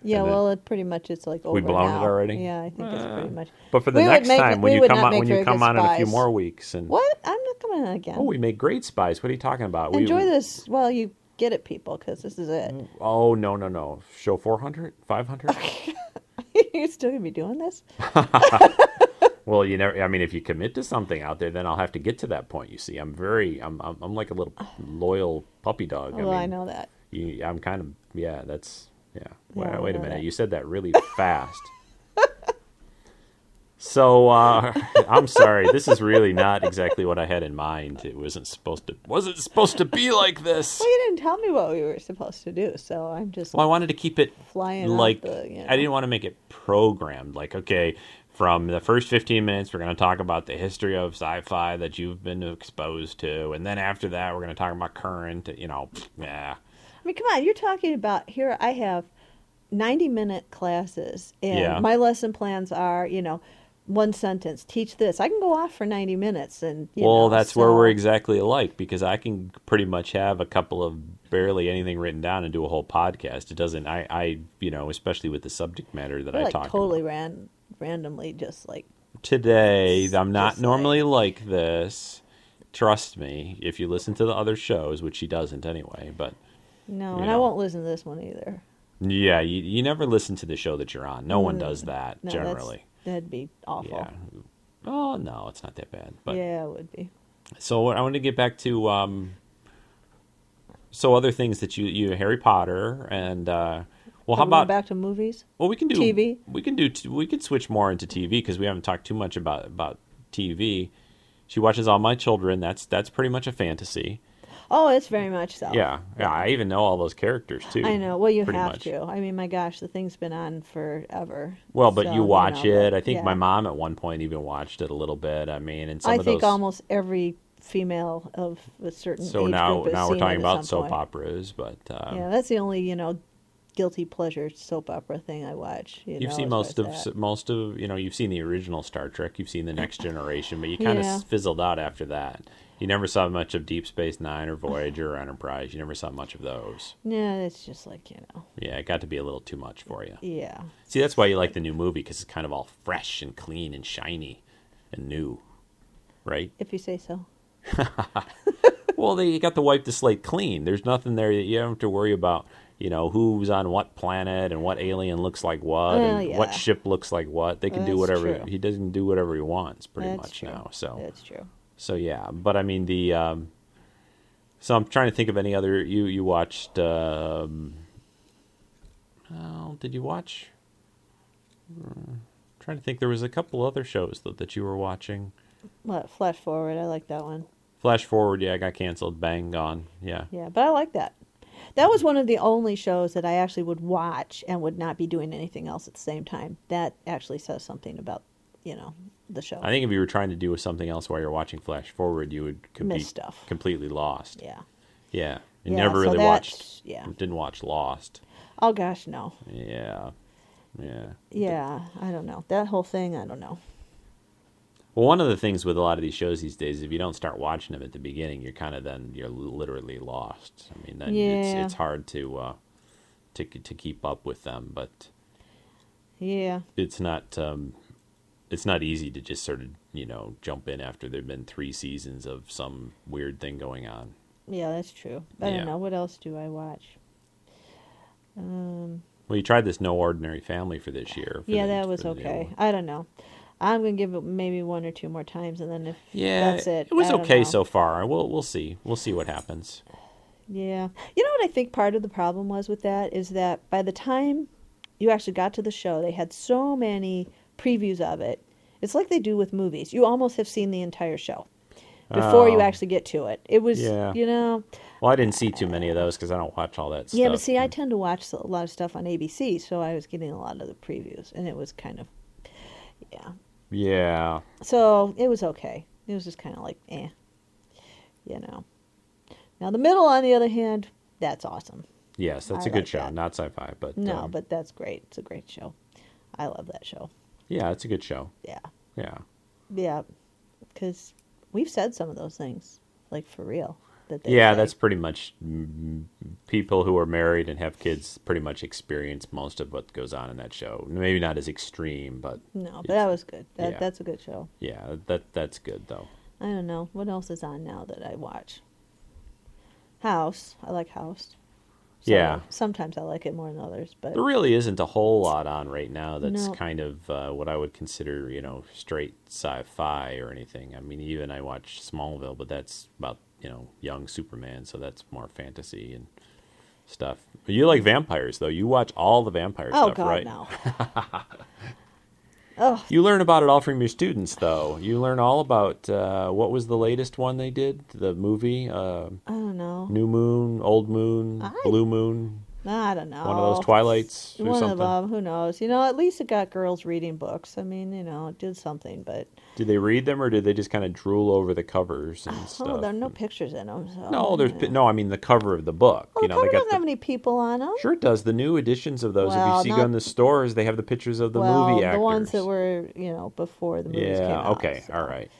Yeah, And then- well, it pretty much it's like over blown it now. already? Yeah, I think it's pretty much. But for the We would next make- time, when we you would come not on, make when you very come good on in a few spies. more weeks, and What? I'm not coming on again. oh, we make great spies. What are you talking about? We- Enjoy this while you get it, people, because this is it. Oh no no no! Show 400? 500? You're still gonna be doing this? well, you never. I mean, if you commit to something out there, then I'll have to get to that point. You see, I'm very. I'm. I'm, I'm like a little loyal puppy dog. well, mean, I know that. You, I'm kind of. Yeah, that's. Yeah. Wait, Yeah, I wait a know minute. that. You said that really fast. so uh, I'm sorry. This is really not exactly what I had in mind. It wasn't supposed to. Wasn't supposed to be like this. Well, you didn't tell me what we were supposed to do, so I'm just. Well, I wanted to keep it Flying off like the, you know. I didn't want to make it programmed. Like, okay, from the first fifteen minutes, we're going to talk about the history of sci-fi that you've been exposed to, and then after that, we're going to talk about current. You know, yeah, I mean, come on, you're talking about here. I have 90 minute classes, and Yeah. my lesson plans are, you know, one sentence, teach this. I can go off for 90 minutes, and you well, know, that's where we're so- exactly alike because I can pretty much have a couple of barely anything written down and do a whole podcast. It doesn't. I, I, you know, especially with the subject matter that We're I like talk totally about ran randomly, just like today. I'm not Just normally like this. Trust me, if you listen to the other shows, which she doesn't anyway, but no, You and I know. won't listen to this one either. Yeah, you, you never listen to the show that you're on. No one does that Mm. No, that's- generally. that'd be awful. Yeah. Oh no, it's not that bad. Yeah, But it would be. so what- I want to get back to um. So other things that you you Harry Potter and uh, well, Are how we going about back to movies? well we can do TV? We can do t- we could switch more into TV because we haven't talked too much about about TV. She watches all my children. That's that's pretty much a fantasy. Oh, it's very much so. Yeah, yeah. I even know all those characters too. I know. Well, you pretty have much. to. I mean, my gosh, the thing's been on forever. Well, but So, you watch know, it. I think yeah. my mom at one point even watched it a little bit. I mean, and some I of think those. almost every female of a certain so age now group has now we're seen talking it about at some soap point. operas, but um, Yeah, that's the only you know guilty pleasure soap opera thing I watch. You You've know, seen as most far of as that. most of you know. You've seen the original Star Trek. You've seen the Next Generation, but you kind of Yeah. fizzled out after that. You never saw much of Deep Space Nine or Voyager or Enterprise. You never saw much of those. No, it's just like you know. Yeah, it got to be a little too much for you. Yeah. See, that's why you like the new movie because it's kind of all fresh and clean and shiny and new, right? If you say so. Well, they you got to wipe the slate clean. There's nothing there that you don't have to worry about. You know who's on what planet and what alien looks like what Well, and what Oh, yeah. ship looks like what. They can do That's whatever true. he doesn't do whatever he wants pretty That's much true. now. So That's true. so yeah, but I mean the. Um, so I'm trying to think of any other you you watched. Um, well, did you watch? Mm, trying to think, there was a couple other shows that that you were watching. Well, flash forward. I like that one. Flash forward, yeah, I got canceled. Bang, gone. Yeah. Yeah, but I like that. That was one of the only shows that I actually would watch and would not be doing anything else at the same time. That actually says something about, you know, the show. I think if you were trying to do something else while you're watching Flash Forward, you would com- Miss be stuff. completely lost. yeah. Yeah, you Yeah, never so really that's- watched. yeah. didn't watch Lost. Oh gosh, no. Yeah, yeah. Yeah, I don't know. That whole thing, I don't know. Well, one of the things with a lot of these shows these days, if you don't start watching them at the beginning, you're kind of then you're literally lost. I mean, then Yeah. it's it's hard to uh, to to keep up with them, but Yeah. it's not um, it's not easy to just sort of you know jump in after there've been three seasons of some weird thing going on. Yeah, that's true. I Yeah. don't know. What else do I watch? Um, Well, you tried this No Ordinary Family for this year. for yeah, the- that was for the new okay. one. I don't know. I'm going to give it maybe one or two more times and then if Yeah, that's it. It was I don't okay know. so far. We'll we'll see. We'll see what happens. Yeah. You know what I think part of the problem was with that is that by the time you actually got to the show, they had so many previews of it. It's like they do with movies. You almost have seen the entire show before Oh. you actually get to it. It was, Yeah. you know, Well, I didn't see too many of those because I don't watch all that stuff. yeah, but see, I tend to watch a lot of stuff on ABC, so I was getting a lot of the previews and it was kind of yeah. yeah. So, it was okay. It was just kind of like, eh. You know. Now, the middle on the other hand, that's awesome. Yes, that's I a good like show. that. Not sci-fi, but No, um, but that's great. It's a great show. I love that show. yeah, it's a good show. Yeah. Yeah, Yeah. Because we've said some of those things, like for real. That they yeah, say. that's pretty much mm, people who are married and have kids pretty much experience most of what goes on in that show. Maybe not as extreme, but No, but that was good. That, yeah. That's a good show. yeah, that that's good though. I don't know. What else is on now that I watch? House. I like House. Some- Yeah. Sometimes I like it more than others, but There really isn't a whole lot on right now that's No. kind of uh, what I would consider, you know, straight sci-fi or anything. I mean, even I watch Smallville, but that's about you know young Superman, so that's more fantasy and stuff. But you like vampires, though. You watch all the vampire oh stuff, god, right? no. oh You learn about it all from your students, though. You learn all about uh, what was the latest one they did, the movie, uh, I don't know. New Moon, Old Moon, I- Blue Moon, I don't know. one of those Twilights or One something. of them. Who knows? You know, at least it got girls reading books. I mean, you know, it did something, but oh, Did they read them or did they just kind of drool over the covers and stuff? oh, there are no pictures in them. So, No, there's you pi- know. no. I mean the cover of the book. Well, you the know, they cover got doesn't have any people on them. the, sure it does. The new editions of those, Well, if you see not- go in the stores, they have the pictures of the well, movie the actors. ones that were, you know, before the movies came yeah. out. Okay. so- All right.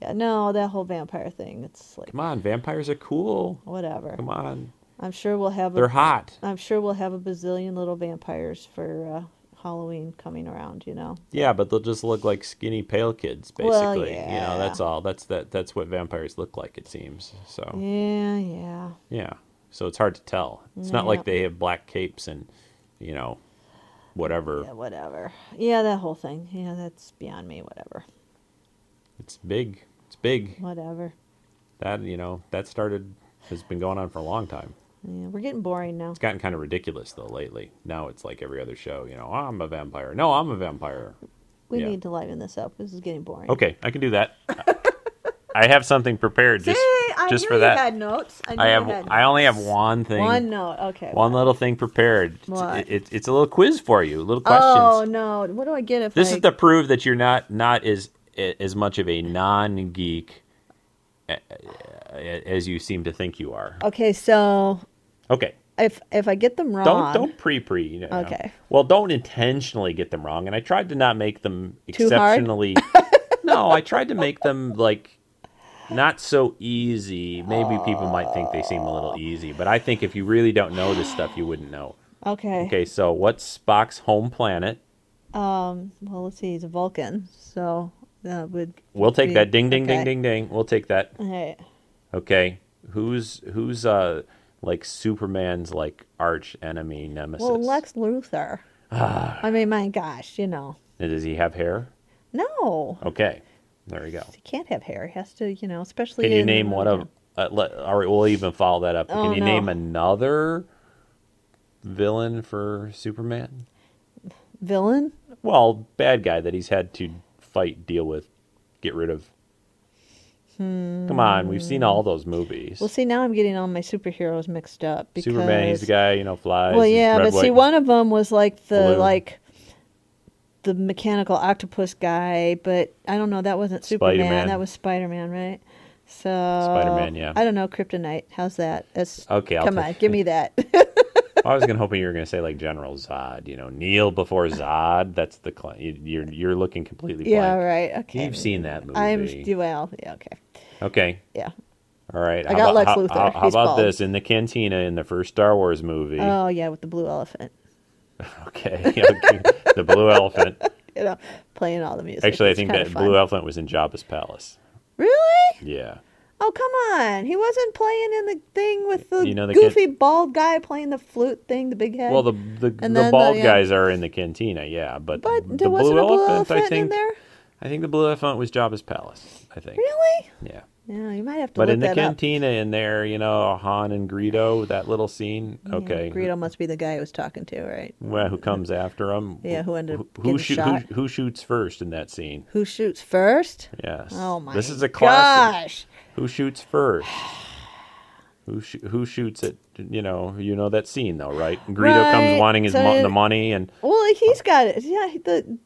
Yeah, no, that whole vampire thing. It's like Come on, vampires are cool. whatever. Come on, I'm sure we'll have. they're a, hot. I'm sure we'll have a bazillion little vampires for uh, Halloween coming around. You know. Yeah, but they'll just look like skinny pale kids, basically. Well, You yeah. know, that's all. That's that. That's what vampires look like. It seems. So yeah. Yeah, yeah. So it's hard to tell. It's not like Yep. they have black capes and, you know, whatever. Yeah, whatever. Yeah, that whole thing. Yeah, that's beyond me. Whatever. It's big. It's big. Whatever. That you know that started has been going on for a long time. Yeah, we're getting boring now. It's gotten kind of ridiculous though lately. Now it's like every other show. You know, "Oh, I'm a vampire. No, I'm a vampire. We yeah. need to liven this up. This is getting boring. Okay, I can do that. I- I have something prepared just See, I just knew for you that. had notes. I, knew I you have had I only have notes. one thing. One note. Okay. one little thing prepared. It's, What? it- it's- it's a little quiz for you, little questions. Oh no! What do I get if this I... is to prove that you're not not as as much of a non geek as you seem to think you are. Okay, so Okay. if if I get them wrong, Don't don't pre pre. You know. Okay. Well, don't intentionally get them wrong, and I tried to not make them Too hard? exceptionally. no, I tried to make them like not so easy. Maybe people might think they seem a little easy, but I think if you really don't know this stuff, you wouldn't know. okay. Okay, so what's Spock's home planet? Um. Well, let's see. He's a Vulcan, so that would. We'll take be- that. Ding ding okay. ding ding ding. We'll take that. Hey, Okay. Who's who's uh like Superman's like arch enemy nemesis? well, Lex Luthor. Ah. I mean, my gosh, you know, Does he have hair? no, Okay. There you go. he can't have hair. He has to, you know, especially. Can you in- name one of? Uh, let, all right, we'll even follow that up. Oh, Can you no. name another villain for Superman? villain? Well, bad guy that he's had to fight, deal with, get rid of. Come on, we've seen all those movies. Hmm. Well, see, now I'm getting all my superheroes mixed up because Superman, he's the guy you know flies. Well, he's yeah, red, but see, white, one of them was like the blue. like the mechanical octopus guy, but I don't know. That wasn't Superman. Spider-Man. That was Spider Man, right? So Spider-Man, yeah. I don't know. Kryptonite. How's that? That's, Okay, I'll come take on, it. give me that. I was gonna hoping you were gonna say like General Zod, you know, kneel before Zod. That's the cl- you- you're you're looking completely yeah, blank. right. Okay. You've seen that movie. I'm well. Yeah. Okay. okay, Yeah. all right. I got about, Lex how, Luthor. How, how He's about bald. this in the cantina in the first Star Wars movie? Oh yeah, with the blue elephant. Okay, okay. the blue elephant. You know, playing all the music. Actually, I It's think kinda that fun. blue elephant was in Jabba's palace. Really? Yeah. Oh come on! He wasn't playing in the thing with the You know, the kid- goofy bald guy playing the flute thing, the big head. Well, the the, And the then bald the, uh, guys are in the cantina, yeah, but, But the there blue wasn't a blue elephant, elephant I think, in there. I think the blue elephant was Jabba's palace. I think. Really? Yeah. Yeah, you might have to But look in the that cantina, in there, you know, Han and Greedo, that little scene. up. Yeah, okay, Greedo must be the guy he was talking to, right? Well, who comes after him? Yeah, who ended up who, getting shot. Who, who shoots first in that scene? Who shoots first? Yes. Oh my! This is a classic. Gosh. Who shoots first? Who sh- who shoots it? You know, you know that scene though, right? Greedo Right, comes wanting his so mo- it- the money, and Well, he's got it. Yeah, the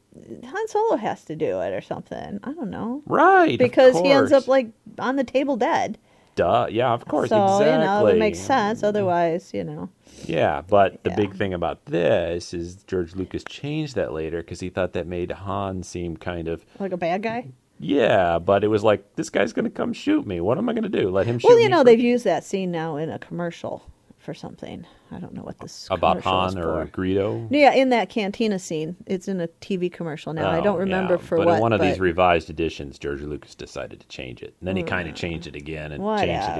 Han Solo has to do it or something. I don't know right of because he ends course. up like on the table dead. duh, yeah, of course, so exactly. you know it makes sense. Otherwise, you know. Yeah, but the Yeah. big thing about this is George Lucas changed that later because he thought that made Han seem kind of Like a bad guy. Yeah, but it was like this guy's gonna come shoot me. What am I gonna do? Let him shoot Well, you me know for- they've used that scene now in a commercial for something. I don't know what this about commercial is Han or for. Greedo. Yeah, in that cantina scene, it's in a TV commercial now. I Oh, don't remember yeah, for but what. in one of these but- revised editions, George Lucas decided to change it, and then he kind of changed it again and changed Whatever.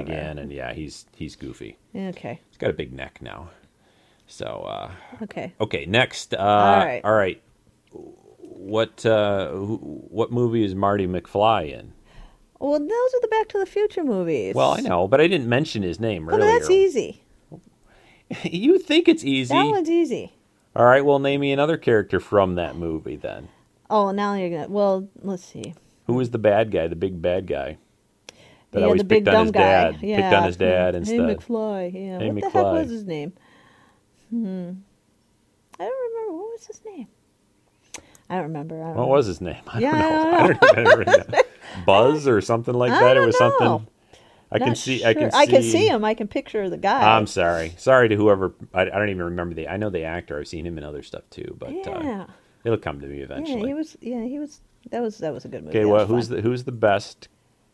it again, and yeah, he's he's goofy. okay, He's got a big neck now. So uh, okay. okay, next. Uh, all All right, right. What uh, who, what movie is Marty McFly in? Well, those are the Back to the Future movies. Well, I know, but I didn't mention his name Well, earlier. that's easy. you think it's easy? That one's easy. All right, well, name me another character from that movie then. Oh, now you're gonna. Well, let's see. Who was the bad guy? The big bad guy. That yeah, always the big picked on dumb his guy. dad. Yeah. Picked on his dad hey, instead. McFly. Yeah. Hey, what the heck McFly. was his name? Hmm. I don't remember. What was his name? I don't remember. I don't What know. was his name? I Um, Yeah, I don't know. I don't even remember. Buzz or something like I that. It don't was know. something. I can Not see. I can. sure. See, I can see him. I can picture the guy. I'm sorry. Sorry to whoever. I, I don't even remember the. I know the actor. I've seen him in other stuff too. But Yeah. uh, it'll come to me eventually. Yeah, he was. Yeah, he was. That was that was a good movie. okay. That Well, was who's fun. the who's the best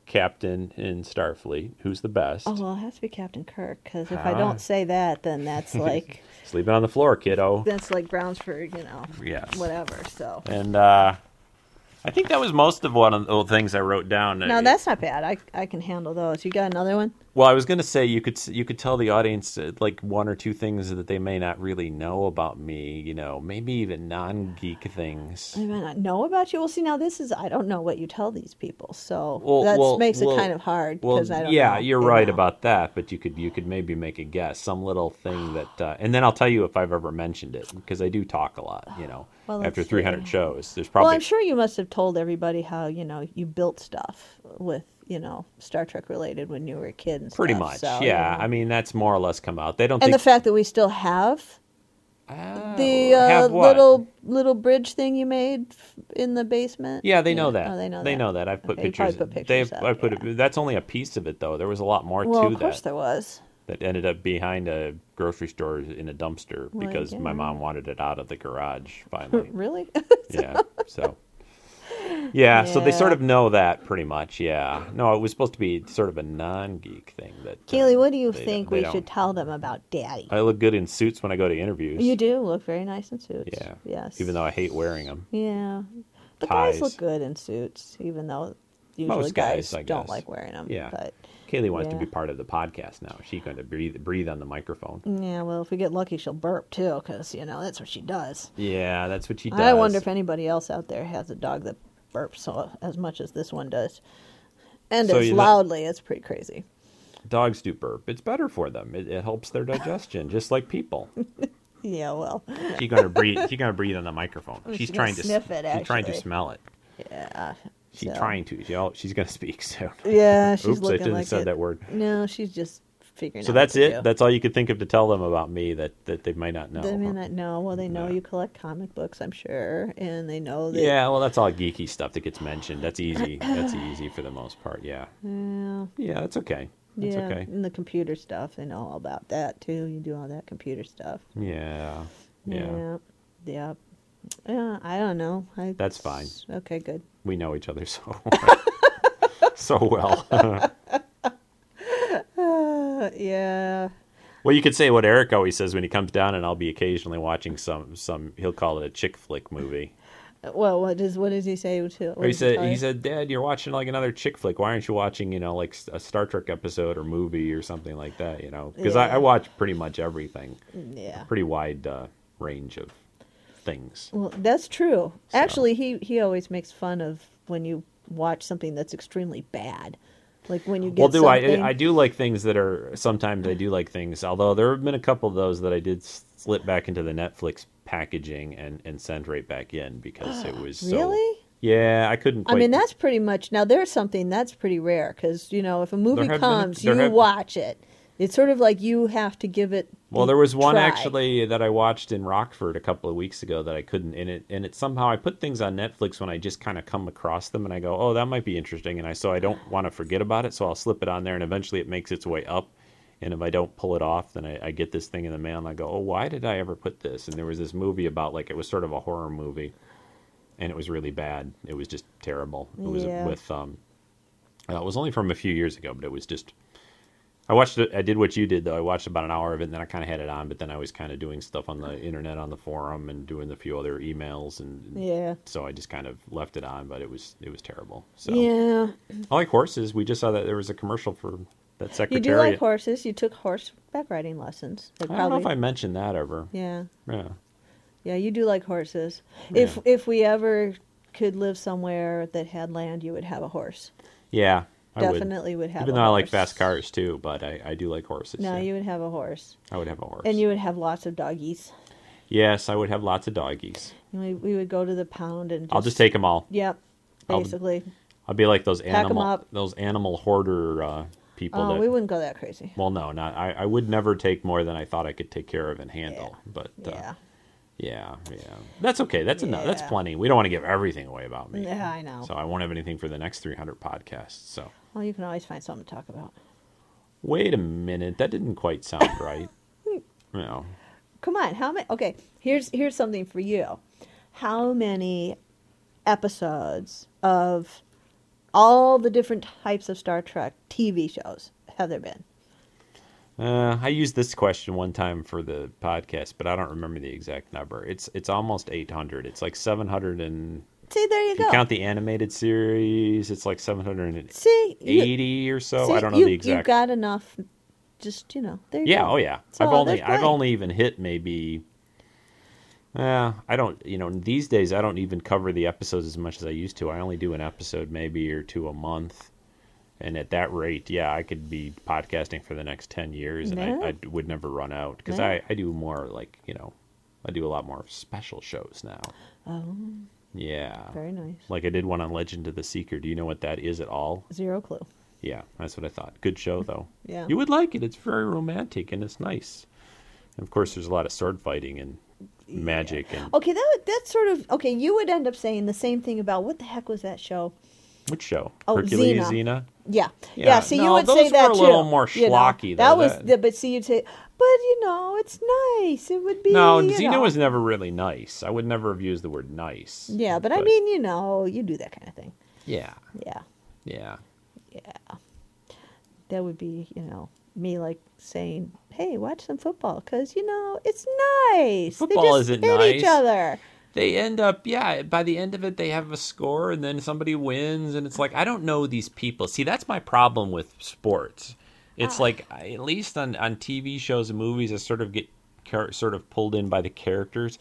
captain in Starfleet? Who's the best? Oh well, it has to be Captain Kirk because if I Ah. don't say that, then that's like Sleeping on the floor, kiddo. that's like grounds for you know Yes. whatever. So And uh, I think that was most of one of the things I wrote down. no, that's not bad. I I can handle those. You got another one? Well, I was going to say you could s- you could tell the audience uh, like one or two things that they may not really know about me, you know, maybe even non-geek things. I might not know about you. Well, see, now this is I don't know what you tell these people, so Well, that well, makes well, it kind of hard Well, because I don't. yeah, know, you're you right know. about that, but you could you could maybe make a guess, some little thing that, uh, and then I'll tell you if I've ever mentioned it because I do talk a lot, you know. Well, that's after true. 300 shows, there's Well, probably I'm sure you must have told everybody how you know you built stuff with you know, Star Trek related when you were a kid and Pretty stuff, much. so, yeah. I mean, that's more or less come out. They don't And the think fact that we still have Oh, the uh, have what? little little bridge thing you made f- in the basement. Yeah, they know that. Oh, they know they that. know that. I've put Okay, you pictures. probably put pictures They've, up, I put. yeah. A, that's only a piece of it, though. There was a lot more Well, to of course that there was. that ended up behind a grocery store in a dumpster Well, because my yeah. mom wanted it out of the garage finally. Really? yeah. So. Yeah, so they sort Yeah. of know that pretty much. Yeah. No, it was supposed to be sort of a non-geek thing. That uh, Keely, what do you they- think they we don't- should tell them about Daddy? I look good in suits when I go to interviews. You do look very nice in suits. Yeah. Yes. Even though I hate wearing them. Yeah. The Ties. guys look good in suits, even though usually Most guys, guys, I don't guess. like wearing them. Yeah. But Kaylee wants to Yeah. Mm. be part of the podcast now. She's going to breathe breathe on the microphone. yeah, well, if we get lucky, she'll burp too, because you know that's what she does. Yeah, that's what she does. I wonder if anybody else out there has a dog that burps so, as much as this one does, and So it's you know- loudly. It's pretty crazy. dogs do burp. It's better for them. It, it helps their digestion, just like people. Yeah. Well. She's going to breathe. She's going to breathe on the microphone. She's She's Oh, gonna trying to sniff s- it, She's trying to actually. smell it. Yeah. She's so- trying to. She, oh, she's going to speak soon. Yeah. She's Oops, I looking shouldn't like have said it. that word. No, she's just figuring. So out what that's to it. do. That's all you could think of to tell them about me that, that they might not know. They huh? may not know. Well, they know No. you collect comic books, I'm sure, and they know that. Yeah, well, that's all geeky stuff that gets mentioned. That's easy. That's easy for the most part. Yeah. Yeah. Yeah, that's okay. That's yeah. okay. And the computer stuff, they know all about that too. You do all that computer stuff. Yeah. Yeah. Yeah. Yeah. Yeah, I don't know. I, That's fine. Okay, good. We know each other so so well. Uh, yeah. well, you could say what Eric always says when he comes down, and I'll be occasionally watching some some. He'll call it a chick flick movie. Well, what does what does he say to? Or Oh, he said he said, Dad, you're watching like another chick flick. Why aren't you watching you know like s- a Star Trek episode or movie or something like that? You know, because I, Yeah. I watch pretty much everything, Yeah. pretty wide uh, range of things. Well, that's true. So- Actually, he he always makes fun of when you watch something that's extremely bad, like when you get. Well, do something... I? I do like things that are sometimes I do like things. Although there have been a couple of those that I did slip back into the Netflix packaging and and send right back in because it was so, Really? Yeah, I couldn't. I Quite, mean, that's pretty much now. There's something that's pretty rare because you know if a movie have been- comes, there you have- watch it. It's sort of like you have to give it. Well, the there was one try. actually that I watched in Rockford a couple of weeks ago that I couldn't, and it and it somehow I put things on Netflix when I just kind of come across them, and I go, oh, that might be interesting, and I so I don't want to forget about it, so I'll slip it on there, and eventually it makes its way up, and if I don't pull it off, then I, I get this thing in the mail, and I go, oh, why did I ever put this? And there was this movie about like it was sort of a horror movie, and it was really bad. It was just terrible. It was Yeah. with um, uh, it was only from a few years ago, but it was just. I watched it. I did what you did though. I watched about an hour of it, and then I kind of had it on. But then I was kind of doing stuff on the internet, on the forum, and doing a few other emails, and and Yeah. So I just kind of left it on, but it was it was terrible. So Yeah, I like horses. We just saw that there was a commercial for that you secretariat. do like horses. You took horseback riding lessons. They I don't know if I mentioned that ever. Yeah, Yeah. yeah, you do like horses. If Yeah. if we ever could live somewhere that had land, you would have a horse. Yeah. I Definitely would, have. Would. Even a though I like horse. fast cars too, but I, I do like horses. No, yeah. you would have a horse, I would have a horse. and you would have lots of doggies. Yes, I would have lots of doggies. And We, we would go to the pound and. Just, I'll just take them all. Yep. I'll- Basically, I'll be like those 'em animal up. those animal hoarder uh, people. oh, that, we wouldn't go that crazy. Well, no, not I. I would never take more than I thought I could take care of and handle. But uh, yeah. yeah, yeah, that's okay. That's enough. That's Yeah. plenty. We don't want to give everything away about me. Yeah, I know. So I won't have anything for the next 300 podcasts. So Well, you can always find something to talk about. wait a minute, that didn't quite sound right. no, Come on, how many? Okay, here's here's something for you. How many episodes of all the different types of Star Trek TV shows have there been? uh, I used this question one time for the podcast, but I don't remember the exact number. It's it's almost 800. It's like 700 and See, there you if you go. count the animated series, it's like 780 see, you- or so. see, oh, I don't know you, the exact. You got enough. Just you know, there you Yeah, go. oh yeah. So I've only there's I've plenty. only even hit maybe uh, I don't you know, these days I don't even cover the episodes as much as I used to. I only do an episode maybe or two a month. And at that rate, yeah, I could be podcasting for the next 10 years and Yeah. I, I would never run out cuz Yeah. I I do more like, you know, I do a lot more special shows now. Oh, Yeah. very nice. Like I did one on Legend of the Seeker. Do you know what that is at all? Zero clue. Yeah, that's what I thought. Good show though. Yeah. You would like it. It's very romantic and it's nice. And of course, there's a lot of sword fighting and magic and Okay, that would- that's sort of okay. You would end up saying the same thing about what the heck was that show? which show? Oh, Hercules, Xena. Xena. Yeah, yeah. Yeah, see, you no, would those say were that a too. little more you know. schlocky, though, That was, that- the, but see, you'd say, but you know, it's nice. It would be. No, you Xena know. was never really nice. I would never have used the word nice. Yeah, but, I mean, you know, you do that kind of thing. Yeah, Yeah, yeah. that would be, you know, me like saying, hey, watch some football because you know it's nice. Football they just isn't hit nice. each other. They end up, yeah. By the end of it, they have a score, and then somebody wins, and it's like I don't know these people. See, that's my problem with sports. It's Ah. like I- at least on on TV shows and movies, I sort of get char- sort of pulled in by the characters.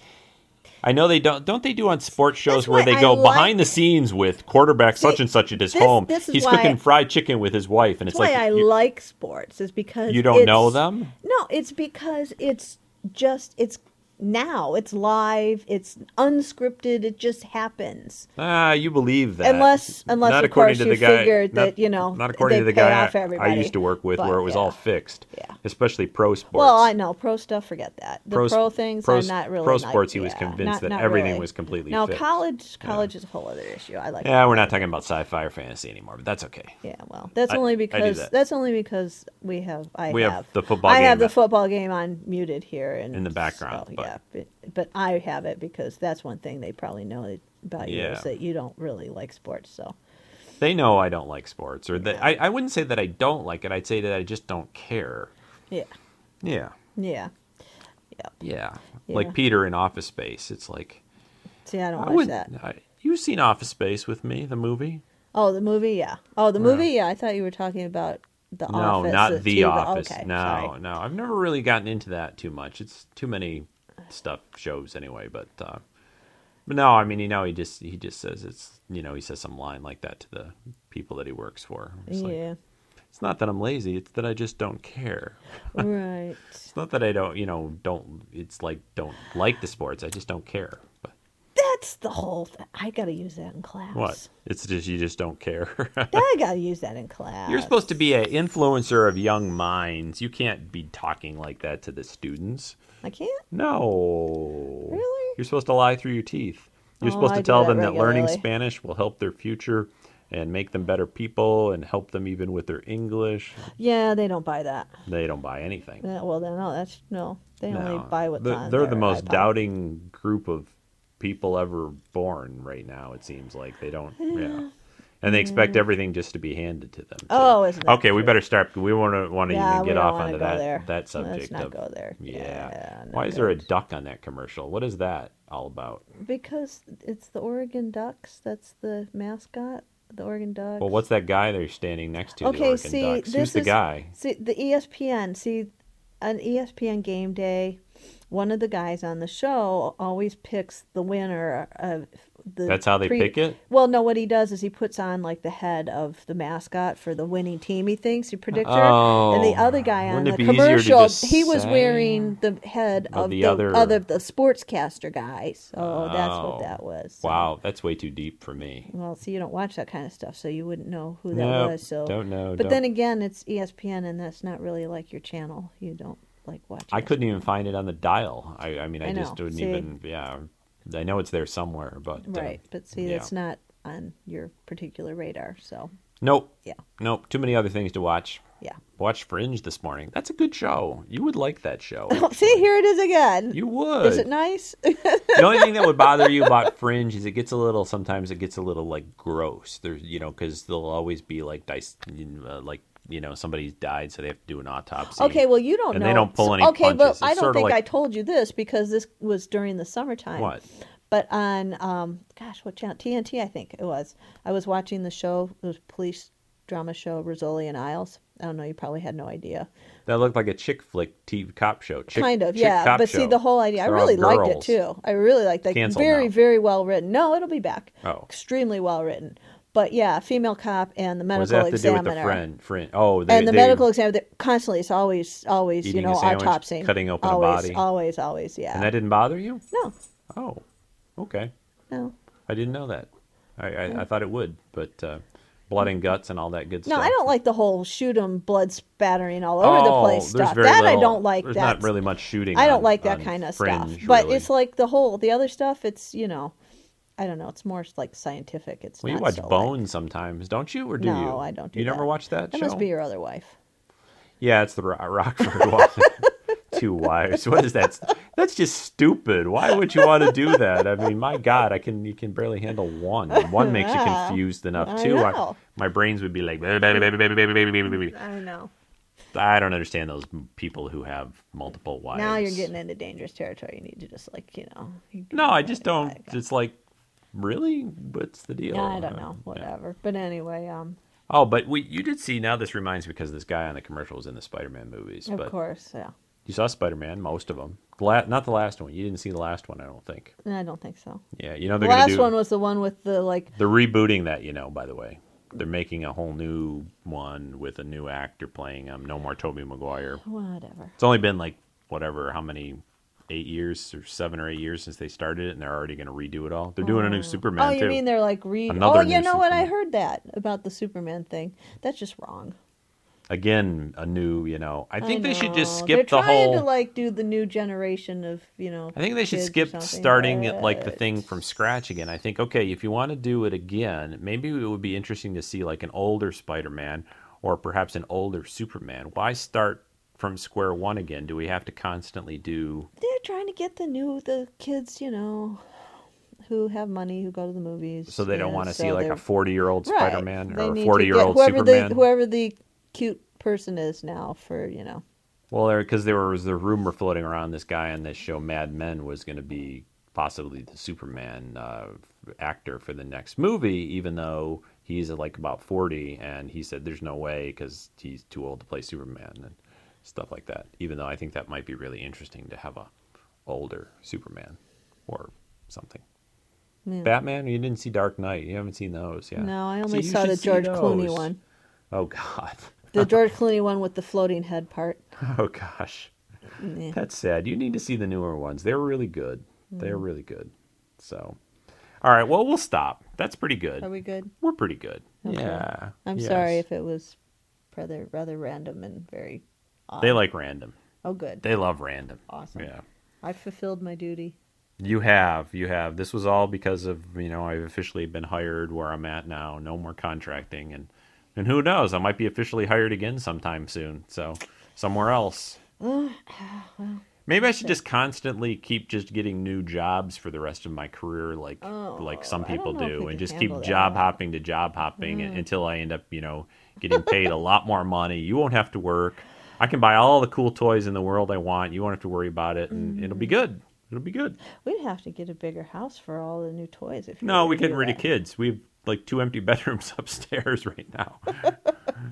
I know they don't. Don't they do on sports shows That's where why they I go like- behind the scenes with quarterback such and such at his this- home? this is He's why- cooking fried chicken with his wife, and it's That's why like I you, like sports is because you don't know it's- them. No, it's because it's just it's now. It's live. It's unscripted. It just happens. Ah, you believe that. Unless- unless, not of according course, to the you guy, figured not- that, you know, not according they to the pay guy off I- I everybody. used to work with, But, where it was yeah. all fixed. Yeah. Especially pro sports. Well, I know pro stuff. Forget that. The Pro- pro, things pro- are not really pro not- sports, he was yeah, convinced not- that not everything really. was completely Now fixed. college, college is a whole other issue. I like. Yeah, we're not talking about sci-fi or fantasy anymore, but that's okay. Yeah, well, that's I- I only do because that. that's only because we have I We have the football I game have the that- football game on muted here and In the background, so, but- yeah, but, but I have it because that's one thing they probably know about you Yeah. is that you don't really like sports. So They know I don't like sports, or that I, I wouldn't say that I don't like it. I'd say that I just don't care. yeah, Yeah, yeah. yeah. Yeah. Like Peter in Office Space, it's like See, I don't I watch wouldn't. that. I, you've seen Office Space with me, the movie? Oh, the movie, yeah. Oh, the movie, yeah. I thought you were talking about the No, office. not the, TV Office. Okay, no, sorry. no. I've never really gotten into that too much. It's too many stuff shows anyway. But uh, but no, I mean you know he just he just says it's you know he says some line like that to the people that he works for. It's, like, yeah, it's not that I'm lazy. It's that I just don't care. right. It's not that I don't you know don't. It's like don't like the sports. I just don't care. But That's the whole thing. I gotta use that in class. what? It's just you just don't care. I gotta use that in class. You're supposed to be an influencer of young minds. You can't be talking like that to the students. I can't. No. Really? You're supposed to lie through your teeth. You're Oh, supposed I to do tell that them that learning regularly. Spanish will help their future and make them better people and help them even with their English. Yeah, they don't buy that. They don't buy anything. Yeah, well, then no, that's no. They No. only buy what's they're, on They're their the most iPod. doubting group of people ever born right now, it seems like. They don't, yeah. And they expect everything just to be handed to them. too. Hmm. Oh, isn't that Okay, we true? better start. We won't want to Yeah, even we get don't off wanna onto go that there. that Let's subject not of go there. Yeah. Yeah, no Why is there a good. duck on that commercial? What is that all about? Because it's the Oregon Ducks. That's the mascot. The Oregon Ducks. Well, what's that guy they're standing next to? the okay, Oregon see, Ducks? this Who's is the guy? See the E ESPN. See, an E ESPN game day. One of the guys on the show always picks the winner of the. That's how they pick it? Well, no. What he does is he puts on like the head of the mascot for the winning team. He thinks he predicts her, and the Oh, other guy on wouldn't it the be easier to commercial, just he was say? wearing the head Of of, the the, other- other... the sportscaster guy. So that's Oh. what that was. So- Wow, that's way too deep for me. well, see, you don't watch that kind of stuff, so you wouldn't know who that Nope, was. So don't know, But Oh, don't- then again, it's E ESPN, and that's not really like your channel. You don't like watch. I couldn't even find it on the dial. I, I mean, I, I just know, wouldn't see? even. Yeah, I know it's there somewhere, but uh, Right, but see, yeah. that's not on your particular radar. So Nope. yeah, Nope. Too many other things to watch. yeah. Watch Fringe this morning. That's a good show. You would like that show. see, here it is again. You would. Is it nice? the only thing that would bother you about Fringe is it gets a little. Sometimes it gets a little like gross. There's you know because there'll always be like dice uh, like you know somebody's died so they have to do an autopsy. okay, well, you don't And know. they don't pull So- any Okay, punches. It's but I don't sorta think like- I told you this because this was during the summertime. What? But on, um, gosh, what channel? TNT, I think it was. I was watching the show, it was a police drama show, Rizzoli and Isles. I don't know, you probably had no idea. That looked like a chick flick TV cop show. Chick, kind of, chick yeah. cop But see, show. the whole idea, I They're all really liked it girls. too. I really liked that. Canceled very, now. very well written. No, it'll be back. Oh. Extremely well written. But yeah, female cop and the medical What does that have to do examiner. with the friend? Friend. Oh, they, and the they- medical examiner they're constantly is always, always, you Eating a know, sandwich, autopsying, cutting open a always, body. always, always, yeah. And that didn't bother you? no, Oh, okay. no. I didn't know that. I I, I thought it would, but uh, blood and guts and all that good Mm. No, stuff. Oh, I don't like the whole shoot 'em blood spattering all over the place there's stuff. very That I little- don't like. There's that. not really much shooting. I don't on- like that on kind of Fringe, stuff. But really. it's like the whole the other stuff. It's you know, I don't know. It's more like scientific. It's well, you not watch so, like- Bones sometimes, don't you, or do you? No, I don't do you never that. watch that, that show? must be your other wife. Yeah, it's the Ro- Rockford one. Two wives. What is that? That's just stupid. Why would you want to do that? I mean, my God, I can you can barely handle one. One makes you Yeah, confused enough. I Two, I, know. my brains would be like, "Baby, baby, baby, baby, baby, baby, baby, baby." I don't know. I don't understand those people who have multiple wives. Now you're getting into dangerous territory. You need to just like you know. you- No, I just don't. Okay. It's like, really, what's the deal? I don't Uh, know. yeah. Whatever. But anyway, um, Oh, but we you did see. Now this reminds me because this guy on the commercial was in the Spider-Man movies. of but course, yeah. You saw Spider-Man, most of them. La- not the last one. You didn't see the last one, I don't think. I don't think so. Yeah, you know The they're last gonna do. one was the one with the like They're rebooting that, you know. By the way, they're making a whole new one with a new actor playing him. No more Tobey Maguire. whatever. It's only been like whatever, how many, eight years or seven or eight years since they started it, and they're already gonna redo it all. They're doing a new Superman oh, you too. mean they're like re? Another oh, you new know what? I Superman. heard that about the Superman thing. That's just wrong. Again, a new, you know. I think they should just know. skip They're the whole. trying to like do the new generation of you know. I think they should kids or skip something, starting at, like the but- thing from scratch again. I think okay, if you want to do it again, maybe it would be interesting to see like an older Spider-Man or perhaps an older Superman. Why start from square one again? Do we have to constantly do? They're trying to get the new the kids, you know, who have money who go to the movies. So they don't and want to so see like a they're- forty-year-old Right. Spider-Man They or need a to forty-year-old get whoever Superman. The, whoever the cute person is now for you know. Well, because there was the rumor floating around this guy on this show Mad Men was going to be possibly the Superman uh, actor for the next movie, even though he's uh, like about forty, and he said there's no way because he's too old to play Superman and stuff like that. Even though I think that might be really interesting to have a older Superman or something. Yeah. Batman, you didn't see Dark Knight. You haven't seen those, yeah? No, I See, only you saw should the see George Clooney those. one. Oh God. The George Clooney one with the floating head part. Oh gosh. Yeah. That's sad. You need to see the newer ones. They're really good. They're Mm. really good. So, all right. Well, we'll stop. That's pretty good. Are we good? We're pretty good. Okay. Yeah. I'm Yes. sorry if it was rather rather random and very. Odd. They like random. Oh, good. They love random. Awesome. Yeah. I fulfilled my duty. You have. You have. This was all because of, you know, I've officially been hired where I'm at now. No more contracting and and who knows? I might be officially hired again sometime soon. So, somewhere else. Maybe I should just constantly keep just getting new jobs for the rest of my career, like like some Oh, I don't people know if we do, and could just keep handle that. Mm. job hopping to job hopping until I end up, you know, getting paid a lot more money. You won't have to work. I can buy all the cool toys in the world I want. You won't have to worry about it, and it'll Mm. be good. It'll be good. We'd have to get a bigger house for all the new toys. If you No, were we to do getting rid of that. kids. We have like two empty bedrooms upstairs right now.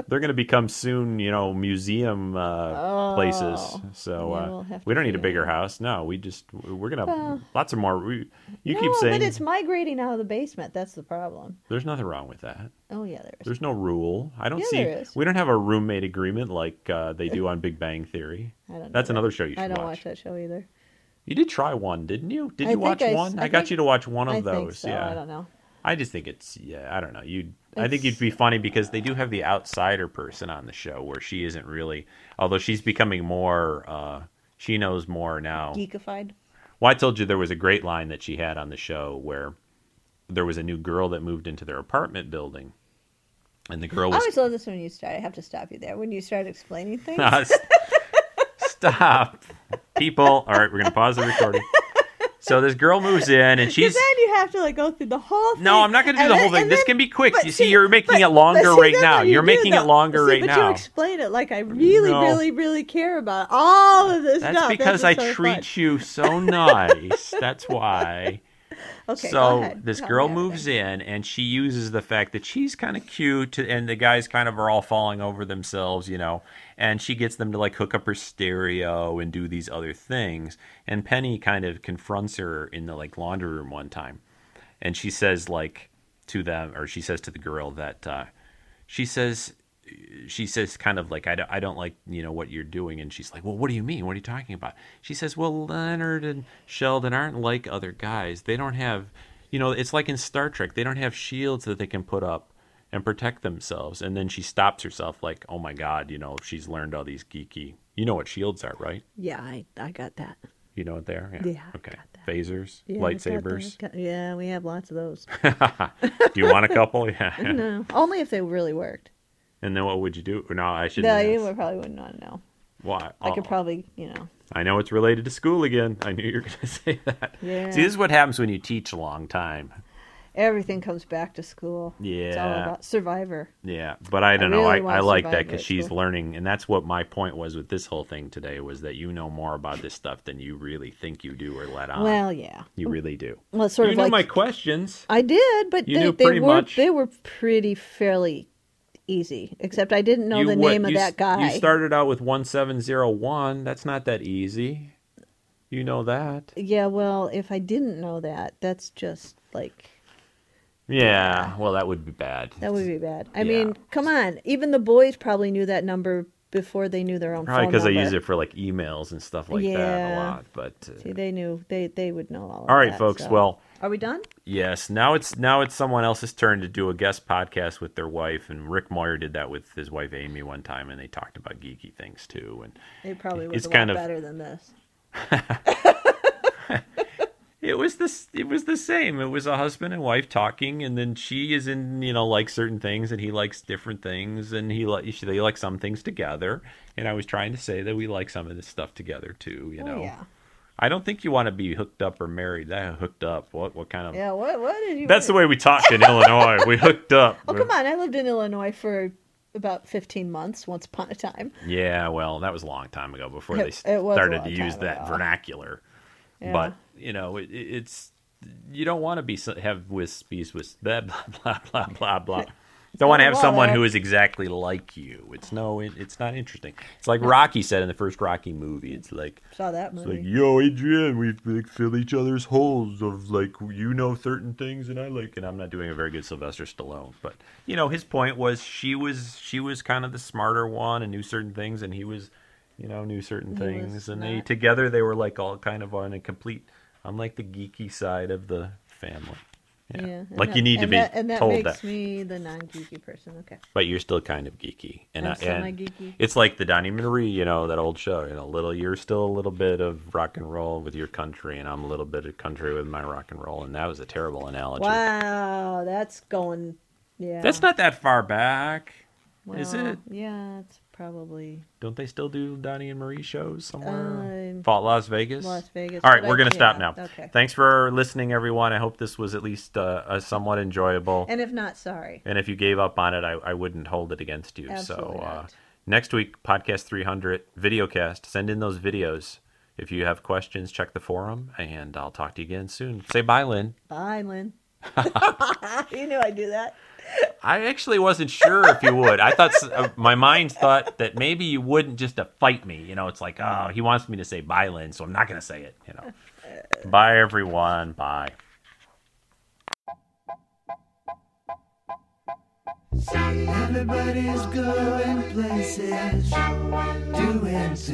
They're going to become soon, you know, museum uh, Oh. places. So Yeah, uh, we'll have we to don't need a bigger figure out. house. No, we just we're gonna Well- lots of more. We, you no, keep saying but it's migrating out of the basement. That's the problem. there's nothing wrong with that. Oh yeah, there is. There's no rule. I don't Yeah, see. there is. We don't have a roommate agreement like uh, they do on Big Bang Theory. I don't know That's that. another show you should I don't watch. watch. that show either. You did try one, didn't you? Did I you think watch I s- one? I, I got think- you to watch one of I those. think so. Yeah. I don't know. I just think it's yeah. I don't know. You, I think It's- it'd be funny because they do have the outsider person on the show where she isn't really, although she's becoming more. uh She knows more now. Geekified. Well, I told you there was a great line that she had on the show where there was a new girl that moved into their apartment building, and the girl was. I always love this when you start. I have to stop you there. When you start explaining things, No, s- stop, people! All right, we're gonna pause the recording. So this girl moves in and she's. then you have to like go through the whole thing. No, I'm not going to do and the then- whole thing. and This then- can be quick. but You see, you're making it longer But see, right that's now. what You're do, making it though. longer See, right but now. you explain it like I really, No. really, really care about all of this That's stuff. because I That's what's so treat fun. you so nice. That's why. Okay, go so ahead. this Tell girl me moves everything. in and she uses the fact that she's kind of cute and the guys kind of are all falling over themselves, you know. And she gets them to like hook up her stereo and do these other things. And Penny kind of confronts her in the like laundry room one time. And she says like to them or she says to the girl that uh she says she says kind of like I don't, I don't like you know what you're doing and she's like well what do you mean what are you talking about she says well leonard and sheldon aren't like other guys they don't have you know it's like in star trek they don't have shields that they can put up and protect themselves. And then she stops herself, like, oh my God, you know, she's learned all these geeky. You know what shields are, right? Yeah, I, I got that. You know what they are? Yeah, I okay. got that. Phasers, Yeah, I got that. lightsabers. Got- Yeah, we have lots of those. Do you want a couple? Yeah. no, only if they really worked. And then what would you do? No, I shouldn't. No, you ask. would probably wouldn't want to know. Why? I could Oh. probably, you know. I know it's related to school again. I knew you were going to say that. Yeah. See, this is what happens when you teach a long time. Everything comes back to school. It's all Yeah. about Survivor. Yeah, but I don't really know. want I, I to like survive that because it, she's so- learning, and that's what my point was with this whole thing today was that you know more about this stuff than you really think you do or let on. well, yeah. you really do. Well, it's sort you of knew like my questions. I did, but You they, knew they pretty were much. they were pretty fairly easy. Except I didn't know you, the what- name of you s- that guy. You started out with one seven zero one. That's not that easy. You know that. Yeah, well, if I didn't know that, that's just like Yeah. Well, that would be bad. that would be bad. I Yeah. mean, come on. Even the boys probably knew that number before they knew their own Probably phone because I number. use it for like emails and stuff like that a Yeah. lot. But uh, See, they knew they they would know all. Of all right, that, folks. so. Well, are we done? Yes. Now it's now it's someone else's turn to do a guest podcast with their wife, and Rick Moyer did that with his wife Amy one time, and they talked about geeky things too. And It probably was It's a lot kind of- better than this. it was this it was the same. It was a husband and wife talking, and then she is in you know like certain things, and he likes different things, and he like they like some things together. And I was trying to say that we like some of this stuff together too. You Oh, know, yeah. I don't think you want to be hooked up or married. That hooked up. What what kind of? Yeah. What what did you? That's the way we talked in Illinois. We hooked up. Oh come on! I lived in Illinois for about fifteen months once upon a time. Yeah, well, that was a long time ago before It- they it was a started to long use time that ago. vernacular. Yeah. But you know, it, it- it's you don't want to be so- have with bees with blah blah blah blah blah blah. Don't want to nothing have wrong someone there. who is exactly like you. It's no, it, it's not interesting. It's like Rocky said in the first Rocky movie. It's like Saw that it's movie. like yo, Adrian, we like fill each other's holes of like you know certain things and I like. And I'm not doing a very good Sylvester Stallone, but you know his point was she was she was kind of the smarter one and knew certain things, and he was you know knew certain He things, was and they not- together they were like all kind of on a complete. I'm like the geeky side of the family. Yeah. and like that- you need to and be that, and that told makes that. me the non-geeky person. Okay. But you're still kind of geeky, and I'm I, and semi-geeky. it's like the Donnie Marie, you know, that old show. You know, little you're still a little bit of rock and roll with your country, and I'm a little bit of country with my rock and roll. And that was a terrible analogy. Wow, that's going. Yeah. That's not that far back, is well, it? Yeah, it's probably Don't they still do Donnie and Marie shows somewhere? Um, Fault Las Vegas. Las Vegas, All right, but we're gonna stop yeah, now. okay. Thanks for listening, everyone. I hope this was at least uh, a somewhat enjoyable. And if not, sorry. And if you gave up on it, I, I wouldn't hold it against you. Absolutely so uh, not. next week, podcast 300, videocast. Send in those videos. If you have questions, check the forum, and I'll talk to you again soon. Say bye, Lynn. Bye, Lynn. you knew I'd do that. I actually wasn't sure if you would. I thought uh, my mind thought that maybe you wouldn't just to fight me. You know, it's like, oh, he wants me to say bye, Lynn, so I'm not going to say it. You know, bye everyone. Bye. Everybody's going places, doing things.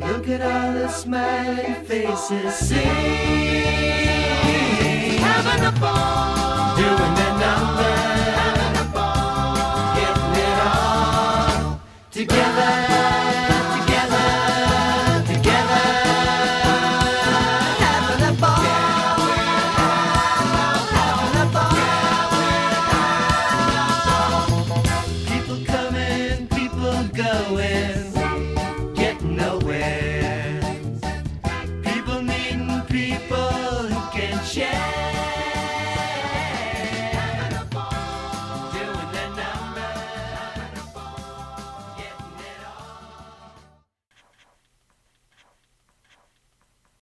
Look at all the smiling faces, sing. Having a ball.